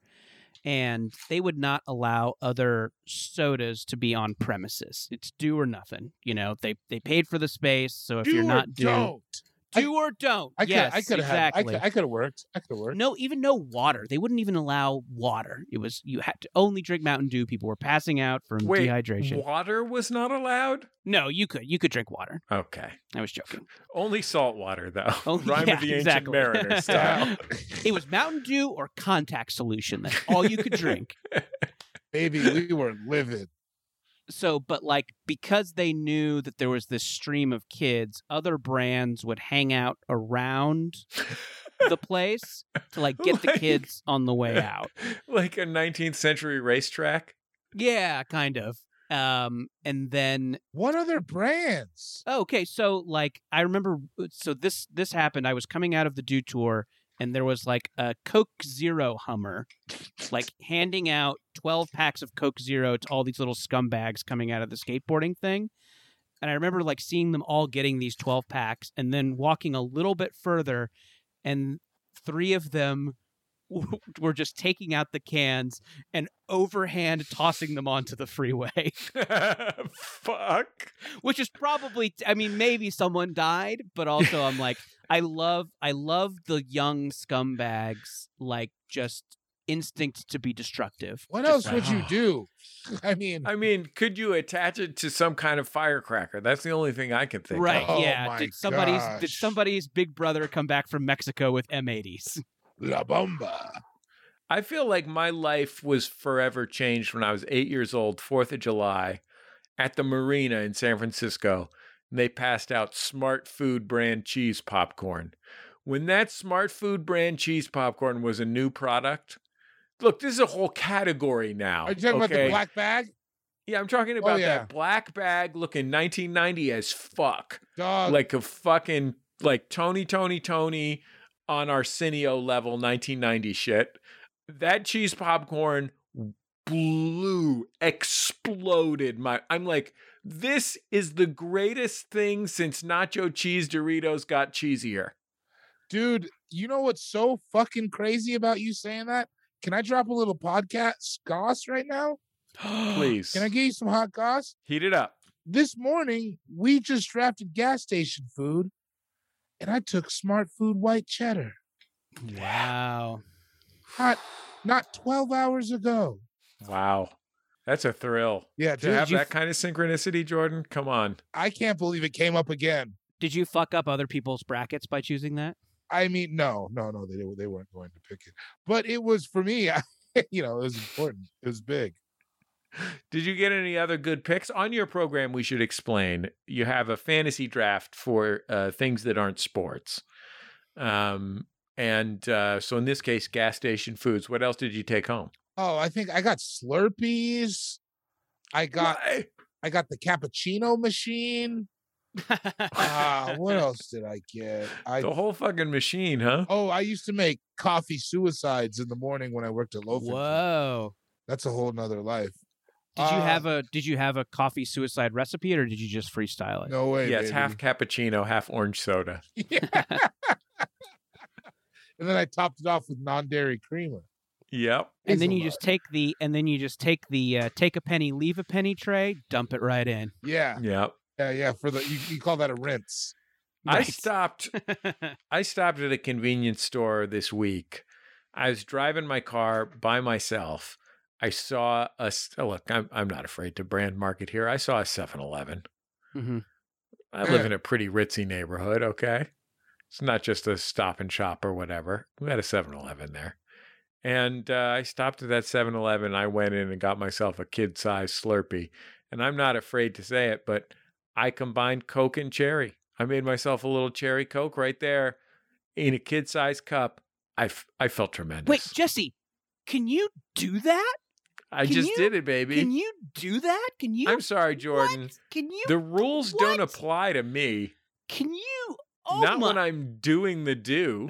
[SPEAKER 3] and they would not allow other sodas to be on premises. It's Dew or nothing. You know, they they paid for the space, so if
[SPEAKER 4] Do
[SPEAKER 3] you're
[SPEAKER 4] or
[SPEAKER 3] not Dew,
[SPEAKER 4] don't. I-
[SPEAKER 3] do or don't.
[SPEAKER 4] I could,
[SPEAKER 3] yes,
[SPEAKER 4] I could have, I
[SPEAKER 3] exactly.
[SPEAKER 4] could, I could have worked. I could have worked.
[SPEAKER 3] no, even no water. They wouldn't even allow water. It was you had to only drink Mountain Dew. People were passing out from
[SPEAKER 2] Wait,
[SPEAKER 3] dehydration.
[SPEAKER 2] water was not allowed
[SPEAKER 3] no, you could you could drink water.
[SPEAKER 2] okay
[SPEAKER 3] I was joking.
[SPEAKER 2] only salt water though
[SPEAKER 3] Oh,
[SPEAKER 2] rhyme
[SPEAKER 3] yeah,
[SPEAKER 2] of the ancient
[SPEAKER 3] exactly.
[SPEAKER 2] mariner style
[SPEAKER 3] It was Mountain Dew or contact solution. That's all you could drink.
[SPEAKER 4] Baby, we were livid.
[SPEAKER 3] so but like because they knew that there was this stream of kids other brands would hang out around the place to like get the
[SPEAKER 2] Like-
[SPEAKER 3] kids on the way out
[SPEAKER 2] like a 19th century racetrack.
[SPEAKER 3] yeah kind of um and then
[SPEAKER 4] What other brands?
[SPEAKER 3] oh, okay so like i remember uh, so this this happened i was coming out of the do tour and there was like a coke zero hummer like handing out 12 packs of coke zero to all these little scumbags coming out of the skateboarding thing and i remember like seeing them all getting these 12 packs and then walking a little bit further and three of them w- were just taking out the cans and overhand tossing them onto the freeway
[SPEAKER 2] Fuck.
[SPEAKER 3] which is probably i mean maybe someone died but also i'm like i love i love the young scumbags like just instinct to be destructive
[SPEAKER 4] What
[SPEAKER 3] Just
[SPEAKER 4] else
[SPEAKER 3] like-
[SPEAKER 4] would you
[SPEAKER 2] wow.
[SPEAKER 4] do? I mean,
[SPEAKER 2] I mean, could you attach it to some kind of firecracker? That's the only thing I can think
[SPEAKER 3] right
[SPEAKER 2] of.
[SPEAKER 4] Oh
[SPEAKER 3] yeah
[SPEAKER 4] my
[SPEAKER 3] did somebody's did
[SPEAKER 4] gosh.
[SPEAKER 3] somebody's big brother come back from mexico with m80s
[SPEAKER 4] La Bomba.
[SPEAKER 2] I feel like my life was forever changed when I was eight years old, 4th of July, at the marina in San Francisco. And they passed out smart food brand cheese popcorn. When that smart food brand cheese popcorn was a new product, look, this is a whole category now.
[SPEAKER 4] Are you talking about the
[SPEAKER 2] Oh, okay?
[SPEAKER 4] black bag?
[SPEAKER 2] Oh, Yeah, I'm talking about
[SPEAKER 4] yeah.
[SPEAKER 2] that black bag looking 1990 as fuck.
[SPEAKER 4] Dog.
[SPEAKER 2] like a fucking like Tony Tony Tony on Arsenio level 1990 shit. That cheese popcorn blew, exploded my I'm like this is the greatest thing since nacho cheese Doritos got cheesier.
[SPEAKER 4] dude, you know what's so fucking crazy about you saying that? Can I drop a little podcast goss right now?
[SPEAKER 2] Please.
[SPEAKER 4] Can I get you some hot goss?
[SPEAKER 2] heat it up?
[SPEAKER 4] this morning we just drafted gas station food and I took smart food white cheddar
[SPEAKER 3] wow
[SPEAKER 4] hot not 12 hours ago.
[SPEAKER 2] Wow. That's a thrill.
[SPEAKER 4] Yeah,
[SPEAKER 2] To have that kind of synchronicity, Jordan, come on.
[SPEAKER 4] I can't believe it came up again.
[SPEAKER 3] did you fuck up other people's brackets by choosing that
[SPEAKER 4] I mean, no, no, no, they didn't- they weren't going to pick it. But it was for me, I, you know, it was important. It was big.
[SPEAKER 2] Did you get any other good picks on your program? We should explain. You have a fantasy draft for uh, things that aren't sports, um, and uh, so in this case, gas station foods. What else did you take home?
[SPEAKER 4] Oh, I think I got Slurpees. I got
[SPEAKER 2] Why?
[SPEAKER 4] I got the cappuccino machine. Ah, what else did I get? I
[SPEAKER 2] the whole fucking machine, huh?
[SPEAKER 4] Oh, I used to make coffee suicides in the morning when I worked at Loaf. and Co.
[SPEAKER 3] whoa
[SPEAKER 4] That's a whole nother life.
[SPEAKER 3] did you
[SPEAKER 4] Uh,
[SPEAKER 3] have a did you have a coffee suicide recipe or did you just freestyle it
[SPEAKER 4] No way.
[SPEAKER 2] yeah, it's
[SPEAKER 4] baby.
[SPEAKER 2] half cappuccino, half orange soda.
[SPEAKER 4] And then I topped it off with non-dairy creamer.
[SPEAKER 2] Yep.
[SPEAKER 4] Is
[SPEAKER 3] and then
[SPEAKER 4] a
[SPEAKER 3] you
[SPEAKER 4] lot.
[SPEAKER 3] just take the and then you just take the uh, take a penny leave a penny tray dump it right in
[SPEAKER 4] Yeah,
[SPEAKER 2] Yep.
[SPEAKER 4] yeah, yeah. For the you, you call that a rinse?
[SPEAKER 2] I
[SPEAKER 3] Right.
[SPEAKER 2] stopped I stopped at a convenience store this week. I was driving my car by myself. I saw a s- oh, look. I'm I'm not afraid to brand market here. I saw a 7-Eleven.
[SPEAKER 3] Mhm.
[SPEAKER 2] I live
[SPEAKER 4] Yeah.
[SPEAKER 2] in a pretty ritzy neighborhood. Okay, it's not just a Stop and Shop or whatever. We had a 7-Eleven there, and uh, I stopped at that 7-Eleven. I went in and got myself a kid sized Slurpee, and I'm not afraid to say it, but I combined Coke and cherry. I made myself a little cherry Coke right there in a kid sized cup. I, f- I felt tremendous.
[SPEAKER 3] wait jesse can you do that
[SPEAKER 2] I
[SPEAKER 3] can
[SPEAKER 2] just
[SPEAKER 3] you-
[SPEAKER 2] did it, baby.
[SPEAKER 3] can you do that can you
[SPEAKER 2] I'm sorry, Jordan.
[SPEAKER 3] What? can you
[SPEAKER 2] The rules don't
[SPEAKER 3] What?
[SPEAKER 2] apply to me.
[SPEAKER 3] can you oh
[SPEAKER 2] not when
[SPEAKER 3] my
[SPEAKER 2] I'm doing the do,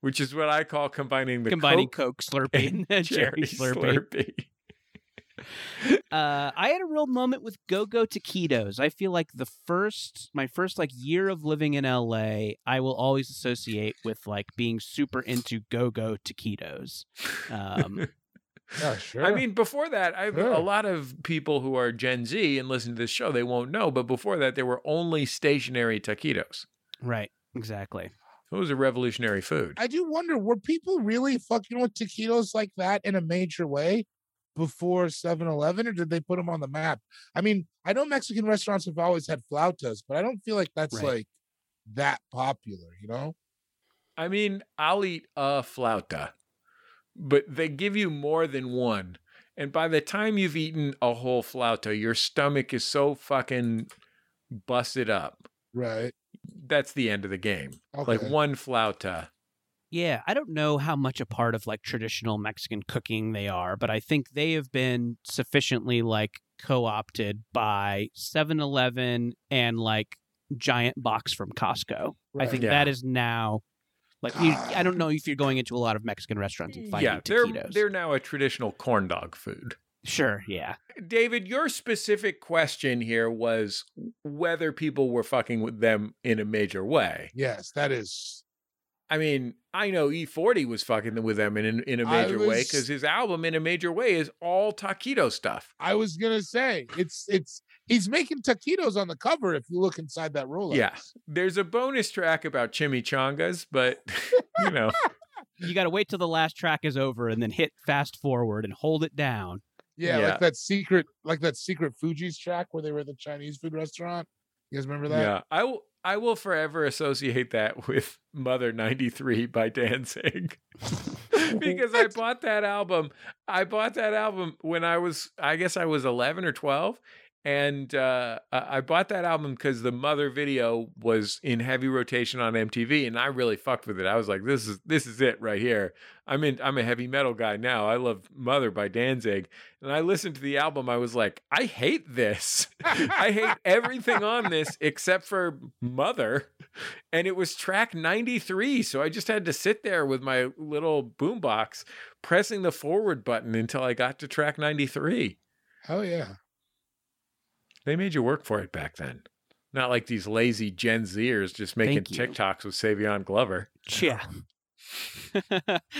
[SPEAKER 2] which is what I call combining the
[SPEAKER 3] combining
[SPEAKER 2] Coke,
[SPEAKER 3] coke, slurpee and then cherry slurpee uh, I had a real moment with Go Go Taquitos. I feel like the first, my first like year of living in LA, I will always associate with like being super into Go Go Taquitos. Um,
[SPEAKER 4] Yeah, sure.
[SPEAKER 2] I mean, before that, I have a
[SPEAKER 4] Sure.
[SPEAKER 2] lot of people who are Gen Z and listen to this show, they won't know. But before that, there were only stationary taquitos.
[SPEAKER 3] right, exactly.
[SPEAKER 2] It was a revolutionary food.
[SPEAKER 4] I do wonder were people really fucking with taquitos like that in a major way before 7-Eleven, or did they put them on the map? I mean, I know Mexican restaurants have always had flautas, but I don't feel like that's
[SPEAKER 3] Right.
[SPEAKER 4] like that popular. You know?
[SPEAKER 2] I mean, I'll eat a flauta, but they give you more than one. And by the time you've eaten a whole flauta, your stomach is so fucking busted up.
[SPEAKER 4] Right.
[SPEAKER 2] That's the end of the game.
[SPEAKER 4] Okay.
[SPEAKER 2] Like one flauta.
[SPEAKER 3] Yeah, I don't know how much a part of like traditional Mexican cooking they are, but I think they have been sufficiently like co-opted by 7-Eleven and like giant box from Costco. I
[SPEAKER 4] Right.
[SPEAKER 3] think
[SPEAKER 2] Yeah.
[SPEAKER 3] that is now like you, I don't know if you're going into a lot of Mexican restaurants and finding
[SPEAKER 2] yeah, they're
[SPEAKER 3] taquitos.
[SPEAKER 2] they're now a traditional corn dog food.
[SPEAKER 3] sure, yeah.
[SPEAKER 2] David, your specific question here was whether people were fucking with them in a major way.
[SPEAKER 4] Yes, that is.
[SPEAKER 2] I mean, I know E40 was fucking with them in in a
[SPEAKER 4] I
[SPEAKER 2] major way
[SPEAKER 4] was-
[SPEAKER 2] because his album in a major way is all taquito stuff.
[SPEAKER 4] I was gonna say it's it's he's making taquitos on the cover if you look inside that roll.
[SPEAKER 2] Yeah. There's a bonus track about chimichangas, but you know,
[SPEAKER 3] You got to wait till the last track is over and then hit fast forward and hold it down.
[SPEAKER 4] Yeah,
[SPEAKER 2] Yeah.
[SPEAKER 4] like that secret, like that secret Fuji's track where they were at the Chinese food restaurant. You guys remember that?
[SPEAKER 2] yeah, I will. I will forever associate that with Mother 93 by Danzig. because I bought that album. I bought that album when I was I guess I was 11 or 12 and uh I I bought that album cuz the Mother video was in heavy rotation on MTV and I really fucked with it. I was like this is this is it right here. I'm in I'm a heavy metal guy now. I love Mother by Danzig and I listened to the album I was like I hate this. I hate everything on this except for Mother. And it was track 93. So I just had to sit there with my little boombox pressing the forward button until I got to track 93.
[SPEAKER 4] Oh yeah.
[SPEAKER 2] They made you work for it back then. Not like these lazy Gen Zers just making
[SPEAKER 3] Thank you.
[SPEAKER 2] TikToks with Savion Glover.
[SPEAKER 3] Yeah.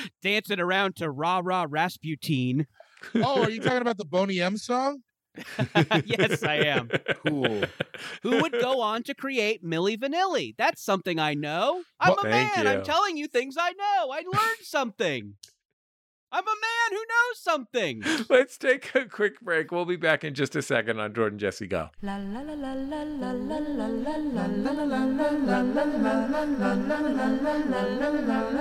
[SPEAKER 3] Dancing around to rah rah Rasputin.
[SPEAKER 4] Oh, are you talking about the Boney M song?
[SPEAKER 3] yes, I am.
[SPEAKER 4] Cool.
[SPEAKER 3] Who would go on to create Milli Vanilli? That's something I know. I'm
[SPEAKER 2] Well,
[SPEAKER 3] a man.
[SPEAKER 2] thank
[SPEAKER 3] I'm
[SPEAKER 2] you.
[SPEAKER 3] telling you things I know. I learned something. I'm a man who knows something.
[SPEAKER 2] Let's take a quick break. We'll be back in just a second on Jordan Jesse Go.
[SPEAKER 1] La la la la la la la la la la la la la la la la la la la la la.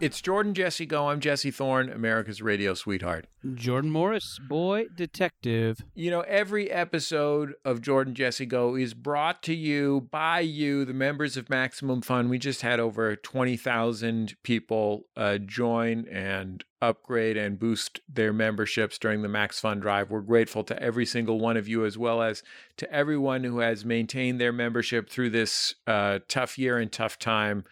[SPEAKER 2] It's Jordan Jesse Go. I'm Jesse Thorne, America's radio sweetheart.
[SPEAKER 3] Jordan Morris, boy detective.
[SPEAKER 2] You know, every episode of Jordan Jesse Go is brought to you by you, the members of Maximum Fun. We just had over 20,000 people uh, join and upgrade and boost their memberships during the Max Fun Drive. We're grateful to every single one of you, as well as to everyone who has maintained their membership through this uh, tough year and tough time.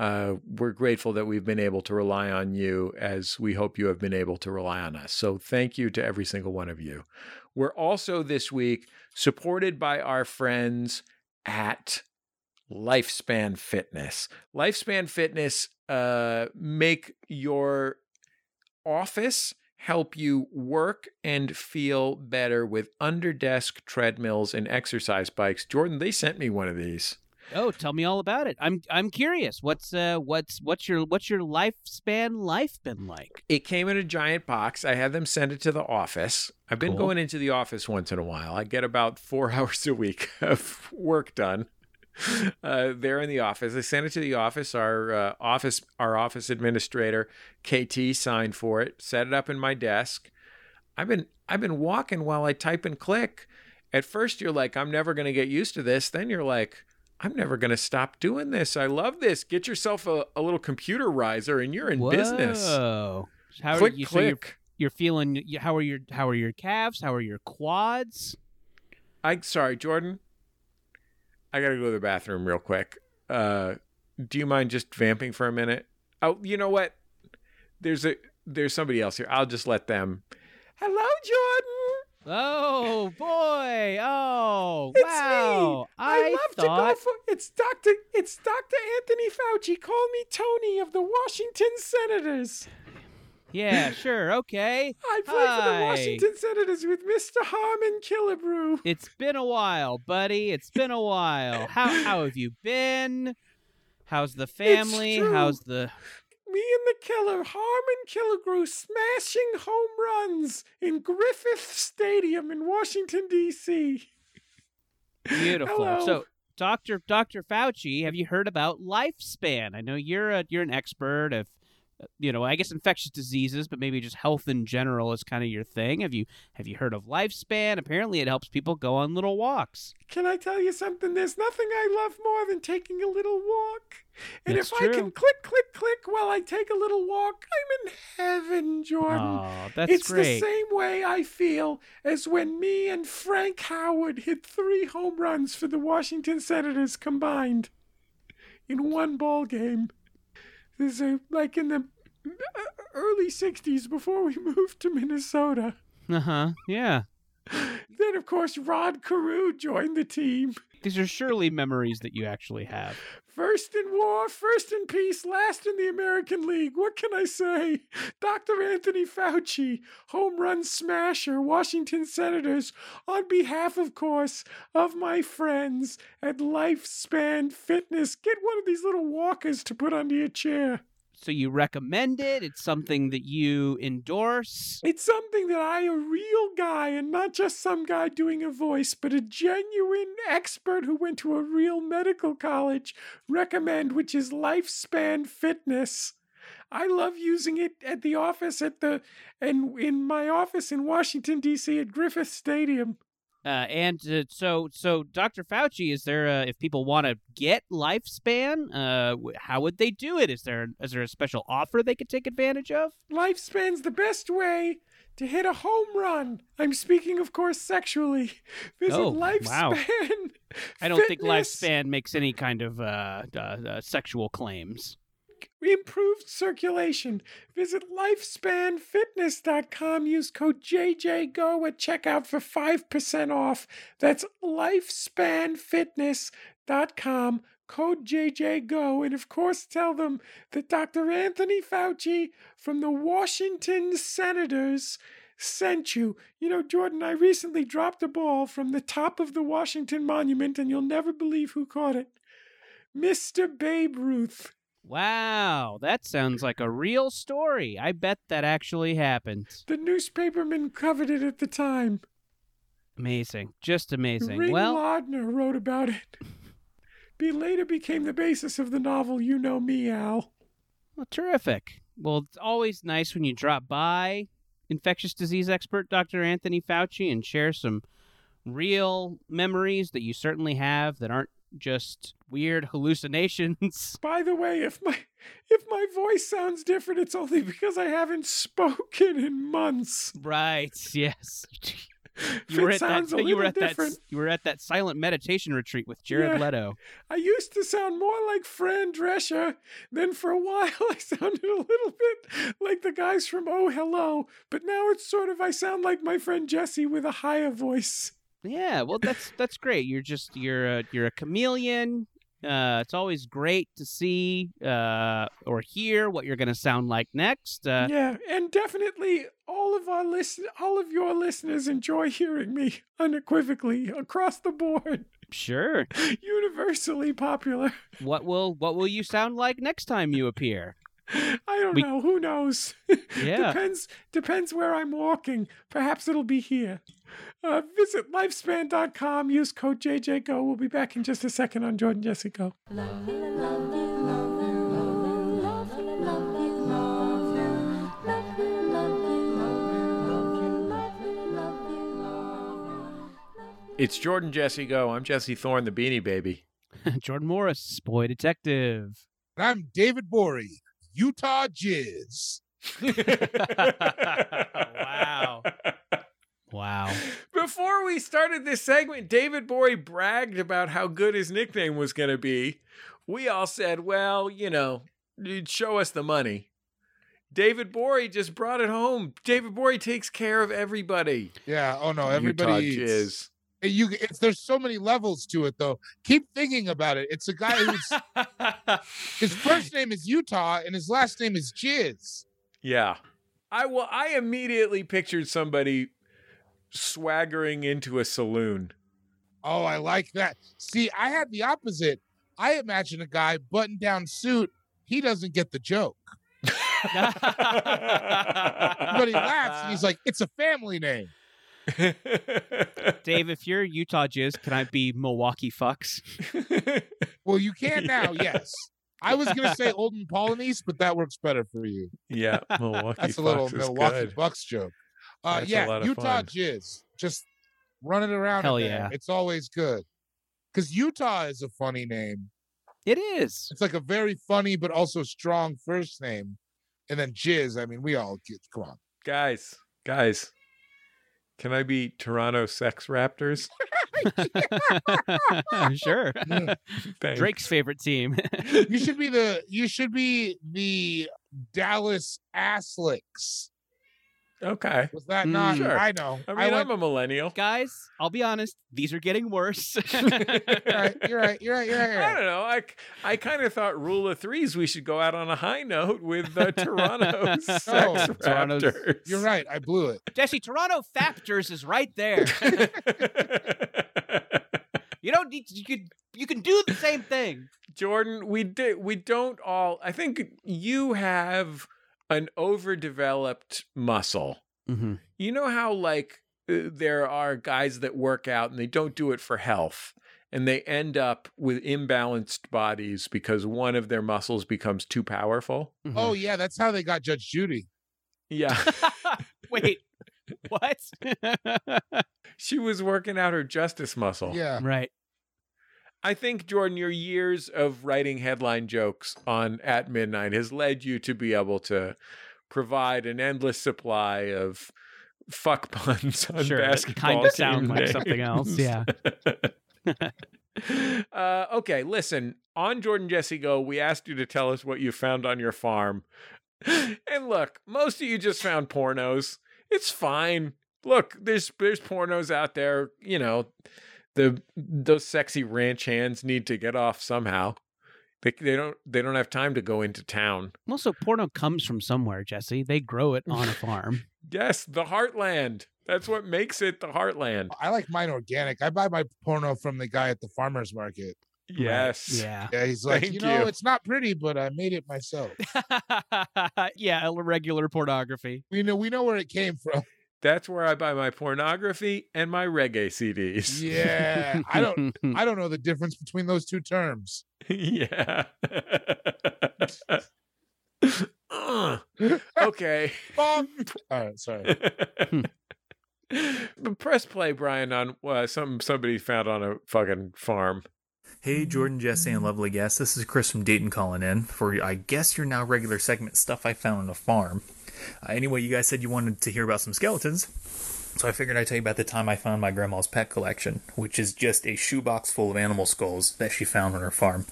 [SPEAKER 2] Uh, we're grateful that we've been able to rely on you as we hope you have been able to rely on us. So, thank you to every single one of you. We're also this week supported by our friends at Lifespan Fitness. Lifespan Fitness uh, make your office help you work and feel better with under desk treadmills and exercise bikes. Jordan, they sent me one of these.
[SPEAKER 3] Oh, tell me all about it. I'm I'm curious. What's uh what's what's your what's your lifespan life been like?
[SPEAKER 2] It came in a giant box. I had them send it to the office. I've been
[SPEAKER 3] Cool.
[SPEAKER 2] going into the office once in a while. I get about four hours a week of work done uh, there in the office. I sent it to the office. Our uh, office, our office administrator, KT, signed for it. Set it up in my desk. I've been I've been walking while I type and click. At first, you're like, I'm never going to get used to this. Then you're like. I'm never going to stop doing this. I love this. Get yourself a, a little computer riser and you're in business.
[SPEAKER 3] Whoa. How
[SPEAKER 2] click,
[SPEAKER 3] are you so you're,
[SPEAKER 2] click.
[SPEAKER 3] you're feeling how are your how are your calves? How are your quads?
[SPEAKER 2] I sorry, Jordan. I gotta go to the bathroom real quick. Uh, do you mind just vamping for a minute? Oh, you know what? There's a there's somebody else here. I'll just let them. Hello, Jordan.
[SPEAKER 3] Oh boy! Oh
[SPEAKER 2] It's
[SPEAKER 3] wow!
[SPEAKER 2] me. I, love
[SPEAKER 3] thought
[SPEAKER 2] to go for it's Doctor it's Doctor Anthony Fauci. Call me Tony of the Washington Senators.
[SPEAKER 3] yeah, sure, okay.
[SPEAKER 2] I play for
[SPEAKER 3] Hi.
[SPEAKER 2] the Washington Senators with Mr. Harmon Killebrew.
[SPEAKER 3] It's been a while, buddy. It's been a while. How how have you been? How's the family?
[SPEAKER 2] true.
[SPEAKER 3] How's the
[SPEAKER 2] Me and the killer, Harmon Killigrew, smashing home runs in Griffith Stadium in Washington, D.C.
[SPEAKER 3] beautiful?
[SPEAKER 2] Hello.
[SPEAKER 3] So Doctor Doctor Fauci, have you heard about lifespan? I know you're a, you're an expert of uh, you know, I guess infectious diseases, but maybe just health in general is kind of your thing. Have you have you heard of lifespan? Apparently, it helps people go on little walks.
[SPEAKER 5] Can I tell you something? There's nothing I love more than taking a little walk. And
[SPEAKER 3] That's
[SPEAKER 5] if
[SPEAKER 3] true.
[SPEAKER 5] I can click, click, click while I take a little walk, I'm in heaven, Jordan.
[SPEAKER 3] Oh, that's
[SPEAKER 5] it's
[SPEAKER 3] great.
[SPEAKER 5] the same way I feel as when me and Frank Howard hit three home runs for the Washington Senators combined in one ball game. This is a, like in the early 60s before we moved to Minnesota.
[SPEAKER 3] Uh huh. Yeah.
[SPEAKER 5] Then, of course, Rod Carew joined the team.
[SPEAKER 3] These are surely memories that you actually have.
[SPEAKER 5] First in war, first in peace, last in the American League. What can I say? Dr. Anthony Fauci, home run smasher, Washington Senators, on behalf, of course, of my friends at Lifespan Fitness. Get one of these little walkers to put under your chair.
[SPEAKER 3] So you recommend it. It's something that you endorse.
[SPEAKER 5] It's something that I, a real guy, and not just some guy doing a voice, but a genuine expert who went to a real medical college, recommend, which is Lifespan Fitness. I love using it at the office at the and in my office in Washington D.C. at Griffith Stadium.
[SPEAKER 3] Uh, and uh, so, so Dr. Fauci, is there? A, if people want to get lifespan, uh, w- how would they do it? Is there is there a special offer they could take advantage of?
[SPEAKER 5] Lifespan's the best way to hit a home run. I'm speaking, of course, sexually. Visit
[SPEAKER 3] Oh, wow.
[SPEAKER 5] Lifespan.
[SPEAKER 3] I don't think
[SPEAKER 5] Fitness.
[SPEAKER 3] lifespan makes any kind of uh, uh, uh, sexual claims.
[SPEAKER 5] improved circulation. Visit lifespanfitness.com. Use code JJGO at checkout for 5% off. That's lifespanfitness.com. Code JJGO. And of course, tell them that Dr. Anthony Fauci from the Washington Senators sent you. You know, Jordan, I recently dropped a ball from the top of the Washington Monument, and you'll never believe who caught it. Mr. Babe Ruth.
[SPEAKER 3] Wow, that sounds like a real story. I bet that actually happened.
[SPEAKER 5] the newspaperman coveted at the time.
[SPEAKER 3] Amazing, just amazing.
[SPEAKER 5] Ring
[SPEAKER 3] well,
[SPEAKER 5] Lardner wrote about it. Be later became the basis of the novel You Know Me, Al.
[SPEAKER 3] well, terrific. Well, it's always nice when you drop by infectious disease expert Dr. Anthony Fauci and share some real memories that you certainly have that aren't just weird hallucinations.
[SPEAKER 5] By the way, if my if my voice sounds different, it's only because I haven't spoken in months.
[SPEAKER 3] right. Yes.
[SPEAKER 5] If
[SPEAKER 3] You were
[SPEAKER 5] it
[SPEAKER 3] at that.
[SPEAKER 5] sounds a
[SPEAKER 3] You were
[SPEAKER 5] little
[SPEAKER 3] at
[SPEAKER 5] different.
[SPEAKER 3] that. You were at that silent meditation retreat with Jared
[SPEAKER 5] Yeah.
[SPEAKER 3] Leto.
[SPEAKER 5] I used to sound more like Fran Drescher. Then for a while, I sounded a little bit like the guys from Oh Hello. But now it's sort of I sound like my friend Jesse with a higher voice.
[SPEAKER 3] Yeah, well, that's that's great. You're just you're a, you're a chameleon. Uh, it's always great to see uh, or hear what you're going to sound like next. Uh,
[SPEAKER 5] yeah, and definitely all of our listen, all of your listeners enjoy hearing me unequivocally across the board,
[SPEAKER 3] Sure.
[SPEAKER 5] universally popular.
[SPEAKER 3] What will what will you sound like next time you appear?
[SPEAKER 5] I don't
[SPEAKER 3] We-
[SPEAKER 5] know. Who knows?
[SPEAKER 3] Yeah.
[SPEAKER 5] depends depends where I'm walking. Perhaps it'll be here. Uh, visit lifespan.com. Use code JJGO. We'll be back in just a second on Jordan Jesse Go.
[SPEAKER 1] Love you, love you, love you, love you, love you, love you, love you, love you, love you, love you, love you, love you.
[SPEAKER 5] It's Jordan Jesse Go. I'm Jesse Thorne, the Beanie Baby.
[SPEAKER 3] Jordan Morris, boy detective.
[SPEAKER 4] And I'm David Bory, Utah Jizz.
[SPEAKER 3] Wow. Wow.
[SPEAKER 5] Before we started this segment, David Bory bragged about how good his nickname was going to be. We all said, well, you know, you'd show us the money. David Bory just brought it home. David Bory takes care of everybody.
[SPEAKER 4] Yeah. Oh no, everybody
[SPEAKER 5] Utah
[SPEAKER 4] eats.
[SPEAKER 5] jizz.
[SPEAKER 4] And You. It's, there's so many levels to it, though. Keep thinking about it. It's a guy who's his first name is Utah and his last name is Jizz.
[SPEAKER 5] Yeah. I well, I immediately pictured somebody swaggering into a saloon.
[SPEAKER 4] Oh, I like that. See, I had the opposite. I imagine a guy button down suit. He doesn't get the joke, but he laughs and he's like, "It's a family name."
[SPEAKER 3] Dave, if you're Utah Jizz, can I be Milwaukee Fucks?
[SPEAKER 4] Well, you can now,
[SPEAKER 2] Yeah.
[SPEAKER 4] yes. I was going to say Olden Polonese, but that works better for you.
[SPEAKER 2] yeah, Milwaukee
[SPEAKER 4] That's a
[SPEAKER 2] Bucks
[SPEAKER 4] little
[SPEAKER 2] is
[SPEAKER 4] Milwaukee
[SPEAKER 2] good.
[SPEAKER 4] Bucks joke. Uh,
[SPEAKER 2] That's a
[SPEAKER 4] yeah,
[SPEAKER 2] lot of
[SPEAKER 4] Utah
[SPEAKER 2] fun.
[SPEAKER 4] Jizz. Just run it around. in
[SPEAKER 3] Hell
[SPEAKER 4] there.
[SPEAKER 3] yeah.
[SPEAKER 4] It's always good. Because Utah is a funny name.
[SPEAKER 3] It is.
[SPEAKER 4] It's like a very funny, but also strong first name. And then Jizz, I mean, we all get, come on.
[SPEAKER 2] Guys, guys, can I be Toronto Sex Raptors?
[SPEAKER 3] sure.
[SPEAKER 4] Mm.
[SPEAKER 2] Thanks.
[SPEAKER 3] Drake's favorite team.
[SPEAKER 4] You should be the, you should be the Dallas Aslicks.
[SPEAKER 2] Okay.
[SPEAKER 4] Was that not?
[SPEAKER 2] Mm. Sure.
[SPEAKER 4] I know.
[SPEAKER 2] I mean,
[SPEAKER 4] went-
[SPEAKER 2] I'm a millennial.
[SPEAKER 3] Hmm. Guys, I'll be honest, these are getting worse.
[SPEAKER 4] You're right. You're right. You're right. You're right. You're
[SPEAKER 2] I
[SPEAKER 4] right.
[SPEAKER 2] don't know. I, I kind of thought rule of threes. We should go out on a high note with uh, Toronto Sex
[SPEAKER 3] Toronto's-
[SPEAKER 2] Raptors.
[SPEAKER 4] You're right. I blew it.
[SPEAKER 3] Jesse, Toronto Factors is right there. You don't need to, you could you can do the same thing.
[SPEAKER 2] Jordan, we di- we don't all. I think you have an overdeveloped muscle.
[SPEAKER 3] Mm-hmm.
[SPEAKER 2] You know how like uh, there are guys that work out and they don't do it for health, and they end up with imbalanced bodies because one of their muscles becomes too powerful.
[SPEAKER 4] Oh
[SPEAKER 3] Mm-hmm.
[SPEAKER 4] yeah, that's how they got Judge Judy.
[SPEAKER 2] Yeah.
[SPEAKER 3] Wait. What?
[SPEAKER 2] She was working out her justice muscle.
[SPEAKER 4] Yeah.
[SPEAKER 3] right.
[SPEAKER 2] I think, Jordan, your years of writing headline jokes on At Midnight has led you to be able to provide an endless supply of fuck puns on
[SPEAKER 3] sure. That
[SPEAKER 2] basketball.
[SPEAKER 3] kind of sound
[SPEAKER 2] team
[SPEAKER 3] like something else.
[SPEAKER 2] names.
[SPEAKER 3] Yeah.
[SPEAKER 2] uh, okay, listen. On Jordan Jesse Go, we asked you to tell us what you found on your farm. And look, most of you just found pornos. It's fine. Look, there's there's pornos out there. You know, the those sexy ranch hands need to get off somehow. They, they don't they don't have time to go into town.
[SPEAKER 3] Also, porno comes from somewhere, Jesse. They grow it on a farm.
[SPEAKER 2] Yes, the heartland. That's what makes it the heartland.
[SPEAKER 4] I like mine organic. I buy my porno from the guy at the farmer's market.
[SPEAKER 3] Right.
[SPEAKER 2] Yes.
[SPEAKER 3] Yeah.
[SPEAKER 4] Yeah, he's like,
[SPEAKER 2] Thank
[SPEAKER 4] you know,
[SPEAKER 2] you.
[SPEAKER 4] it's not pretty, but I made it myself.
[SPEAKER 3] yeah, regular pornography.
[SPEAKER 4] We know we know where it came from.
[SPEAKER 2] That's where I buy my pornography and my reggae CDs.
[SPEAKER 4] Yeah. I don't I don't know the difference between those two terms.
[SPEAKER 2] yeah. Ugh. okay.
[SPEAKER 4] Um, all right, sorry.
[SPEAKER 2] but press play, Brian, on uh, some somebody found on a fucking farm.
[SPEAKER 6] Hey, Jordan, Jesse, and lovely guests. This is Chris from Dayton calling in for, I guess, your now regular segment stuff I found on a farm. Uh, anyway, you guys said you wanted to hear about some skeletons, so I figured I'd tell you about the time I found my grandma's pet collection, which is just a shoebox full of animal skulls that she found on her farm.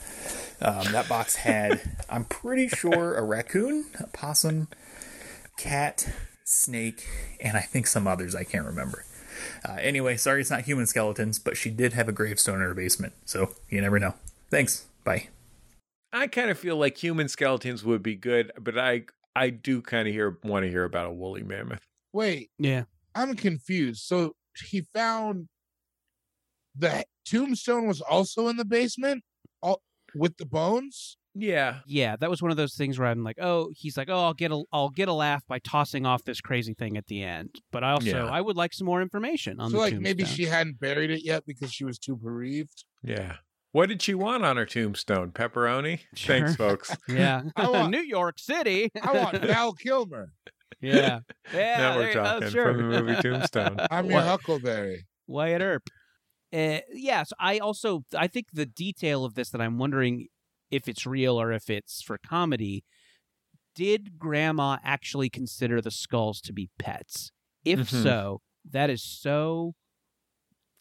[SPEAKER 6] Um, that box had, I'm pretty sure, a raccoon, a possum, cat, snake, and I think some others I can't remember. Uh, anyway, sorry it's not human skeletons, but she did have a gravestone in her basement, so you never know. Thanks. Bye.
[SPEAKER 2] I kind of feel like human skeletons would be good, but I I do kind of hear want to hear about a woolly mammoth.
[SPEAKER 4] Wait,
[SPEAKER 3] Yeah.
[SPEAKER 4] I'm confused. So he found the tombstone was also in the basement all, with the bones?
[SPEAKER 2] Yeah.
[SPEAKER 3] Yeah, that was one of those things where I'm like, oh, he's like, oh, I'll get a, I'll get a laugh by tossing off this crazy thing at the end. But I also,
[SPEAKER 2] Yeah.
[SPEAKER 3] I would like some more information on
[SPEAKER 4] so
[SPEAKER 3] the
[SPEAKER 4] like maybe
[SPEAKER 3] tombstone.
[SPEAKER 4] she hadn't buried it yet because she was too bereaved.
[SPEAKER 2] Yeah. What did she want on her tombstone? Pepperoni? Thanks,
[SPEAKER 3] Sure.
[SPEAKER 2] folks.
[SPEAKER 3] Yeah,
[SPEAKER 4] I want-
[SPEAKER 3] New York City.
[SPEAKER 4] I want Val Kilmer.
[SPEAKER 3] Yeah, yeah.
[SPEAKER 2] now
[SPEAKER 3] there
[SPEAKER 2] we're
[SPEAKER 3] you go,
[SPEAKER 2] talking
[SPEAKER 3] sure.
[SPEAKER 2] from the movie Tombstone.
[SPEAKER 4] I'm your Huckleberry.
[SPEAKER 3] Wyatt Earp. Uh, yeah, so I also I think the detail of this that I'm wondering if it's real or if it's for comedy. Did Grandma actually consider the skulls to be pets? If
[SPEAKER 2] Mhm.
[SPEAKER 3] so, that is so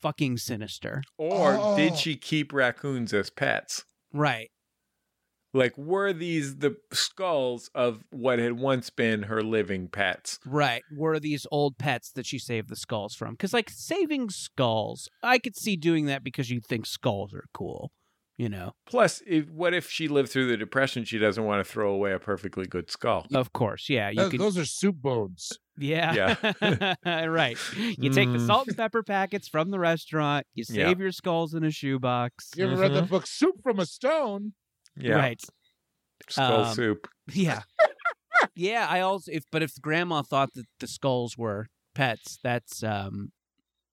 [SPEAKER 3] fucking sinister.
[SPEAKER 2] Or
[SPEAKER 4] Oh.
[SPEAKER 2] did she keep raccoons as pets?
[SPEAKER 3] Right.
[SPEAKER 2] Like, were these the skulls of what had once been her living pets?
[SPEAKER 3] Right. Were these old pets that she saved the skulls from? Because, like, saving skulls, I could see doing that because you think skulls are cool, you know?
[SPEAKER 2] Plus, if, what if she lived through the Depression? She doesn't want to throw away a perfectly good skull.
[SPEAKER 3] Of course. Yeah. You
[SPEAKER 4] Those,
[SPEAKER 3] could.
[SPEAKER 4] those are soup bones.
[SPEAKER 3] Yeah. right. You take the
[SPEAKER 2] Mm.
[SPEAKER 3] salt and pepper packets from the restaurant, you save
[SPEAKER 2] Yeah.
[SPEAKER 3] your skulls in a shoebox. Mm-hmm.
[SPEAKER 4] You ever read the
[SPEAKER 2] Mhm.
[SPEAKER 4] book Soup from a Stone?
[SPEAKER 2] Yeah,
[SPEAKER 3] Right.
[SPEAKER 2] skull
[SPEAKER 3] Um,
[SPEAKER 2] soup.
[SPEAKER 3] Yeah. yeah. I also, if, but if grandma thought that the skulls were pets, that's, um,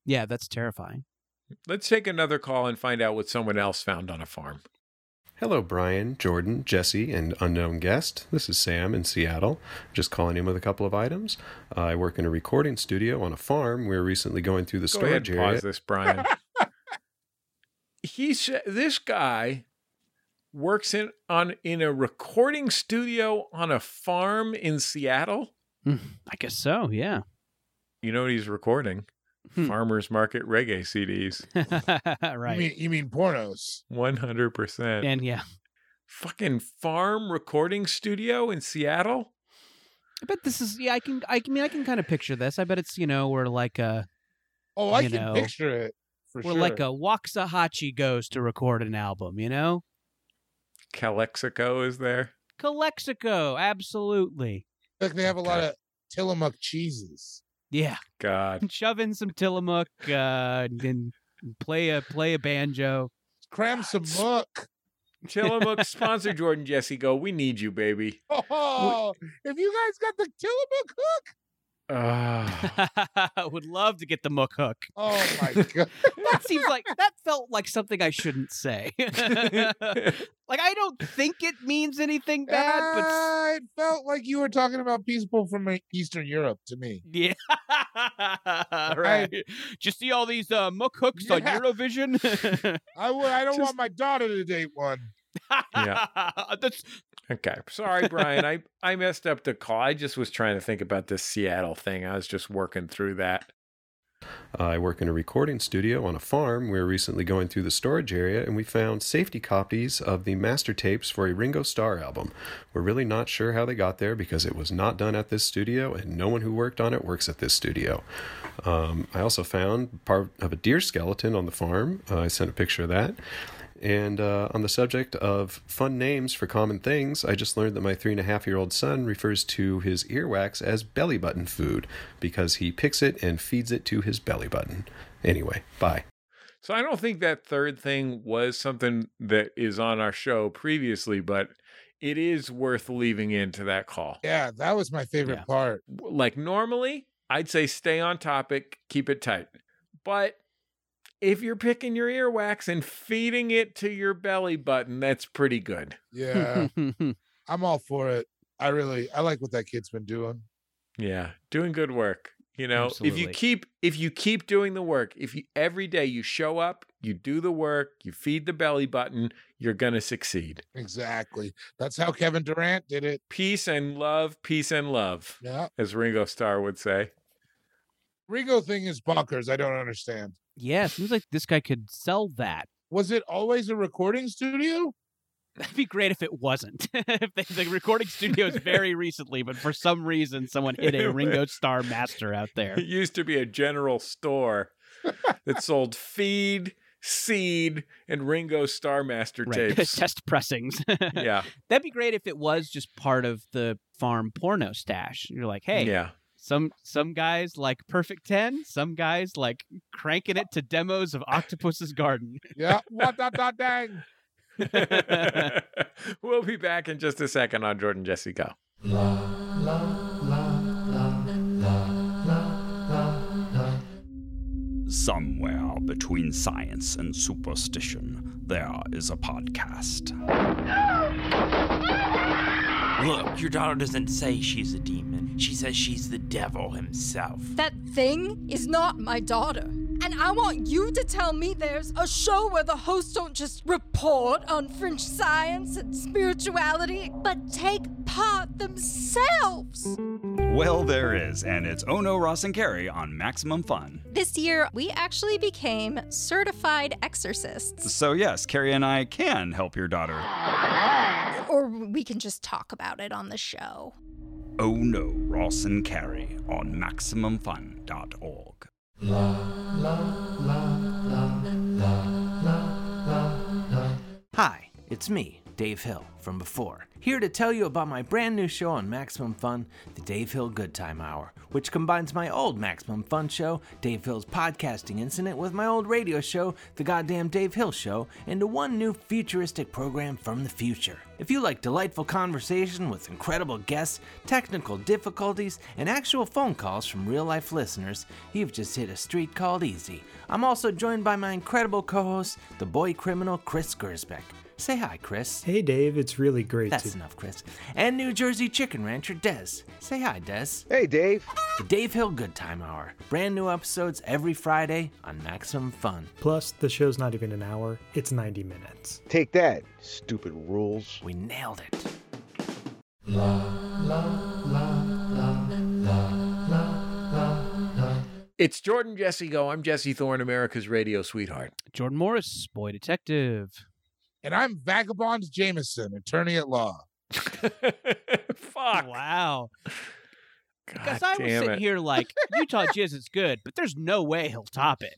[SPEAKER 3] Yeah, that's terrifying.
[SPEAKER 2] Let's take another call and find out what someone else found on a farm.
[SPEAKER 7] Hello, Brian, Jordan, Jesse, and unknown guest. This is Sam in Seattle. Just calling in with a couple of items. I work in a recording studio on a farm. We were recently going through the
[SPEAKER 2] Go ahead
[SPEAKER 7] storage
[SPEAKER 2] and
[SPEAKER 7] area.
[SPEAKER 2] pause this, Brian. he said this guy works in on in a recording studio on a farm in Seattle.
[SPEAKER 3] Hmm, I guess so. Yeah.
[SPEAKER 2] You know what he's recording?
[SPEAKER 3] Hmm.
[SPEAKER 2] Farmers Market reggae CDs,
[SPEAKER 4] You
[SPEAKER 3] right.
[SPEAKER 4] mean you mean pornos?
[SPEAKER 2] one hundred percent.
[SPEAKER 3] And yeah,
[SPEAKER 2] Fucking farm recording studio in Seattle.
[SPEAKER 3] I bet this is. Yeah, I can. I mean, I can kind of picture this. I bet it's you know where like a
[SPEAKER 4] Oh, I
[SPEAKER 3] You
[SPEAKER 4] can
[SPEAKER 3] know,
[SPEAKER 4] picture it for
[SPEAKER 3] where
[SPEAKER 4] sure.
[SPEAKER 3] like a Waxahachie goes to record an album. You know,
[SPEAKER 2] Calexico is there.
[SPEAKER 3] Calexico, absolutely.
[SPEAKER 4] like they have a lot
[SPEAKER 2] Okay.
[SPEAKER 4] of Tillamook cheeses.
[SPEAKER 3] Yeah,
[SPEAKER 2] God,
[SPEAKER 3] shove in some Tillamook uh, and play a play a banjo. Ah,
[SPEAKER 4] Cram some muck.
[SPEAKER 2] Tillamook sponsor Jordan Jesse. Go, we need you, baby.
[SPEAKER 4] Oh, if you guys got the Tillamook hook,
[SPEAKER 2] Ah.
[SPEAKER 3] Would love to get the muck hook.
[SPEAKER 4] oh my god!
[SPEAKER 3] That seems like that felt like something I shouldn't say. like I don't think it means anything bad, but s-
[SPEAKER 4] Ah, it felt like you were talking about people from uh, Eastern Europe to me.
[SPEAKER 3] Yeah. right. Did you see all these uh, muck hooks on
[SPEAKER 4] Yeah.
[SPEAKER 3] Eurovision?
[SPEAKER 4] I would. I don't
[SPEAKER 3] Just-
[SPEAKER 4] want my daughter to date one.
[SPEAKER 2] Yeah.
[SPEAKER 3] That's,
[SPEAKER 2] Okay. Sorry, Brian. I, I messed up the call. I just was trying to think about this Seattle thing. I was just working through that.
[SPEAKER 7] I work in a recording studio on a farm. We were recently going through the storage area and we found safety copies of the master tapes for a Ringo Starr album. We're really not sure how they got there because it was not done at this studio and no one who worked on it works at this studio. Um, I also found part of a deer skeleton on the farm. Uh, I sent a picture of that. And uh, on the subject of fun names for common things, I just learned that my three and a half year old son refers to his earwax as belly button food because he picks it and feeds it to his belly button. Anyway, bye.
[SPEAKER 2] So I don't think that third thing was something that is on our show previously, but it is worth leaving into that call.
[SPEAKER 4] Yeah, that was my favorite
[SPEAKER 3] Yeah.
[SPEAKER 4] part.
[SPEAKER 2] Like normally, I'd say stay on topic, keep it tight. But if you're picking your earwax and feeding it to your belly button, that's pretty good.
[SPEAKER 4] Yeah, I'm all for it. I really, I like what that kid's been doing.
[SPEAKER 2] Yeah, doing good work. You know, if you
[SPEAKER 3] Absolutely.
[SPEAKER 2] keep if you keep doing the work, if you every day you show up, you do the work, you feed the belly button, you're going to succeed.
[SPEAKER 4] Exactly. That's how Kevin Durant did it.
[SPEAKER 2] Peace and love, peace and love,
[SPEAKER 4] Yeah.
[SPEAKER 2] as Ringo Starr would say.
[SPEAKER 4] Rigo thing is bonkers. I don't understand.
[SPEAKER 3] yeah, seems like this guy could sell that.
[SPEAKER 4] Was it always a recording studio?
[SPEAKER 3] That'd be great if it wasn't. if they, the recording studios very recently, but for some reason someone hit a Ringo Starr master out there.
[SPEAKER 2] It used to be a general store that sold feed, seed, and Ringo Starr master
[SPEAKER 3] Right.
[SPEAKER 2] tapes.
[SPEAKER 3] Test pressings.
[SPEAKER 2] yeah.
[SPEAKER 3] That'd be great if it was just part of the farm porno stash. You're like, hey,
[SPEAKER 2] Yeah.
[SPEAKER 3] Some some guys like Perfect Ten. Some guys like cranking it to demos of Octopus's Garden.
[SPEAKER 4] Yeah. What dot dot dang.
[SPEAKER 2] we'll be back in just a second on Jordan Jesse Go.
[SPEAKER 8] Somewhere between science and superstition, there is a podcast.
[SPEAKER 9] Look, your daughter doesn't say she's a demon. She says she's the devil himself.
[SPEAKER 10] That thing is not my daughter. And I want you to tell me there's a show where the hosts don't just report on French science and spirituality, but take part themselves.
[SPEAKER 8] Well, there is, and it's Ono Ross and Carrie on Maximum Fun.
[SPEAKER 11] This year, we actually became certified exorcists.
[SPEAKER 8] So, yes, Carrie and I can help your daughter.
[SPEAKER 11] Or we can just talk about it on the show.
[SPEAKER 8] Ono Oh Ross and Carrie on MaximumFun.org.
[SPEAKER 12] Hi, it's me, Dave Hill from before, here to tell you about my brand new show on Maximum Fun, the Dave Hill Good Time Hour, which combines my old Maximum Fun show, Dave Hill's podcasting incident, with my old radio show, The Goddamn Dave Hill Show, into one new futuristic program from the future. If you like delightful conversation with incredible guests, technical difficulties, and actual phone calls from real life listeners, you've just hit a street called easy. I'm also joined by my incredible co host, the boy criminal Chris Gersbeck. Say hi, Chris.
[SPEAKER 13] Hey, Dave. It's really great
[SPEAKER 12] That's
[SPEAKER 13] to.
[SPEAKER 12] enough, Chris. And New Jersey chicken rancher Des. Say hi, Des.
[SPEAKER 14] Hey, Dave.
[SPEAKER 12] The Dave Hill Good Time Hour. Brand new episodes every Friday on Maximum Fun.
[SPEAKER 13] Plus, the show's not even an hour, it's 90 minutes.
[SPEAKER 14] Take that, stupid rules.
[SPEAKER 12] We nailed it.
[SPEAKER 2] It's Jordan Jesse Go. I'm Jesse Thorne, America's radio sweetheart.
[SPEAKER 3] Jordan Morris, boy detective.
[SPEAKER 4] And I'm Vagabond Jameson, attorney at law.
[SPEAKER 2] Fuck.
[SPEAKER 3] Wow.
[SPEAKER 2] God
[SPEAKER 3] Because I was
[SPEAKER 2] damn
[SPEAKER 3] sitting
[SPEAKER 2] it.
[SPEAKER 3] here like Utah Jizz is good, but there's no way he'll top it.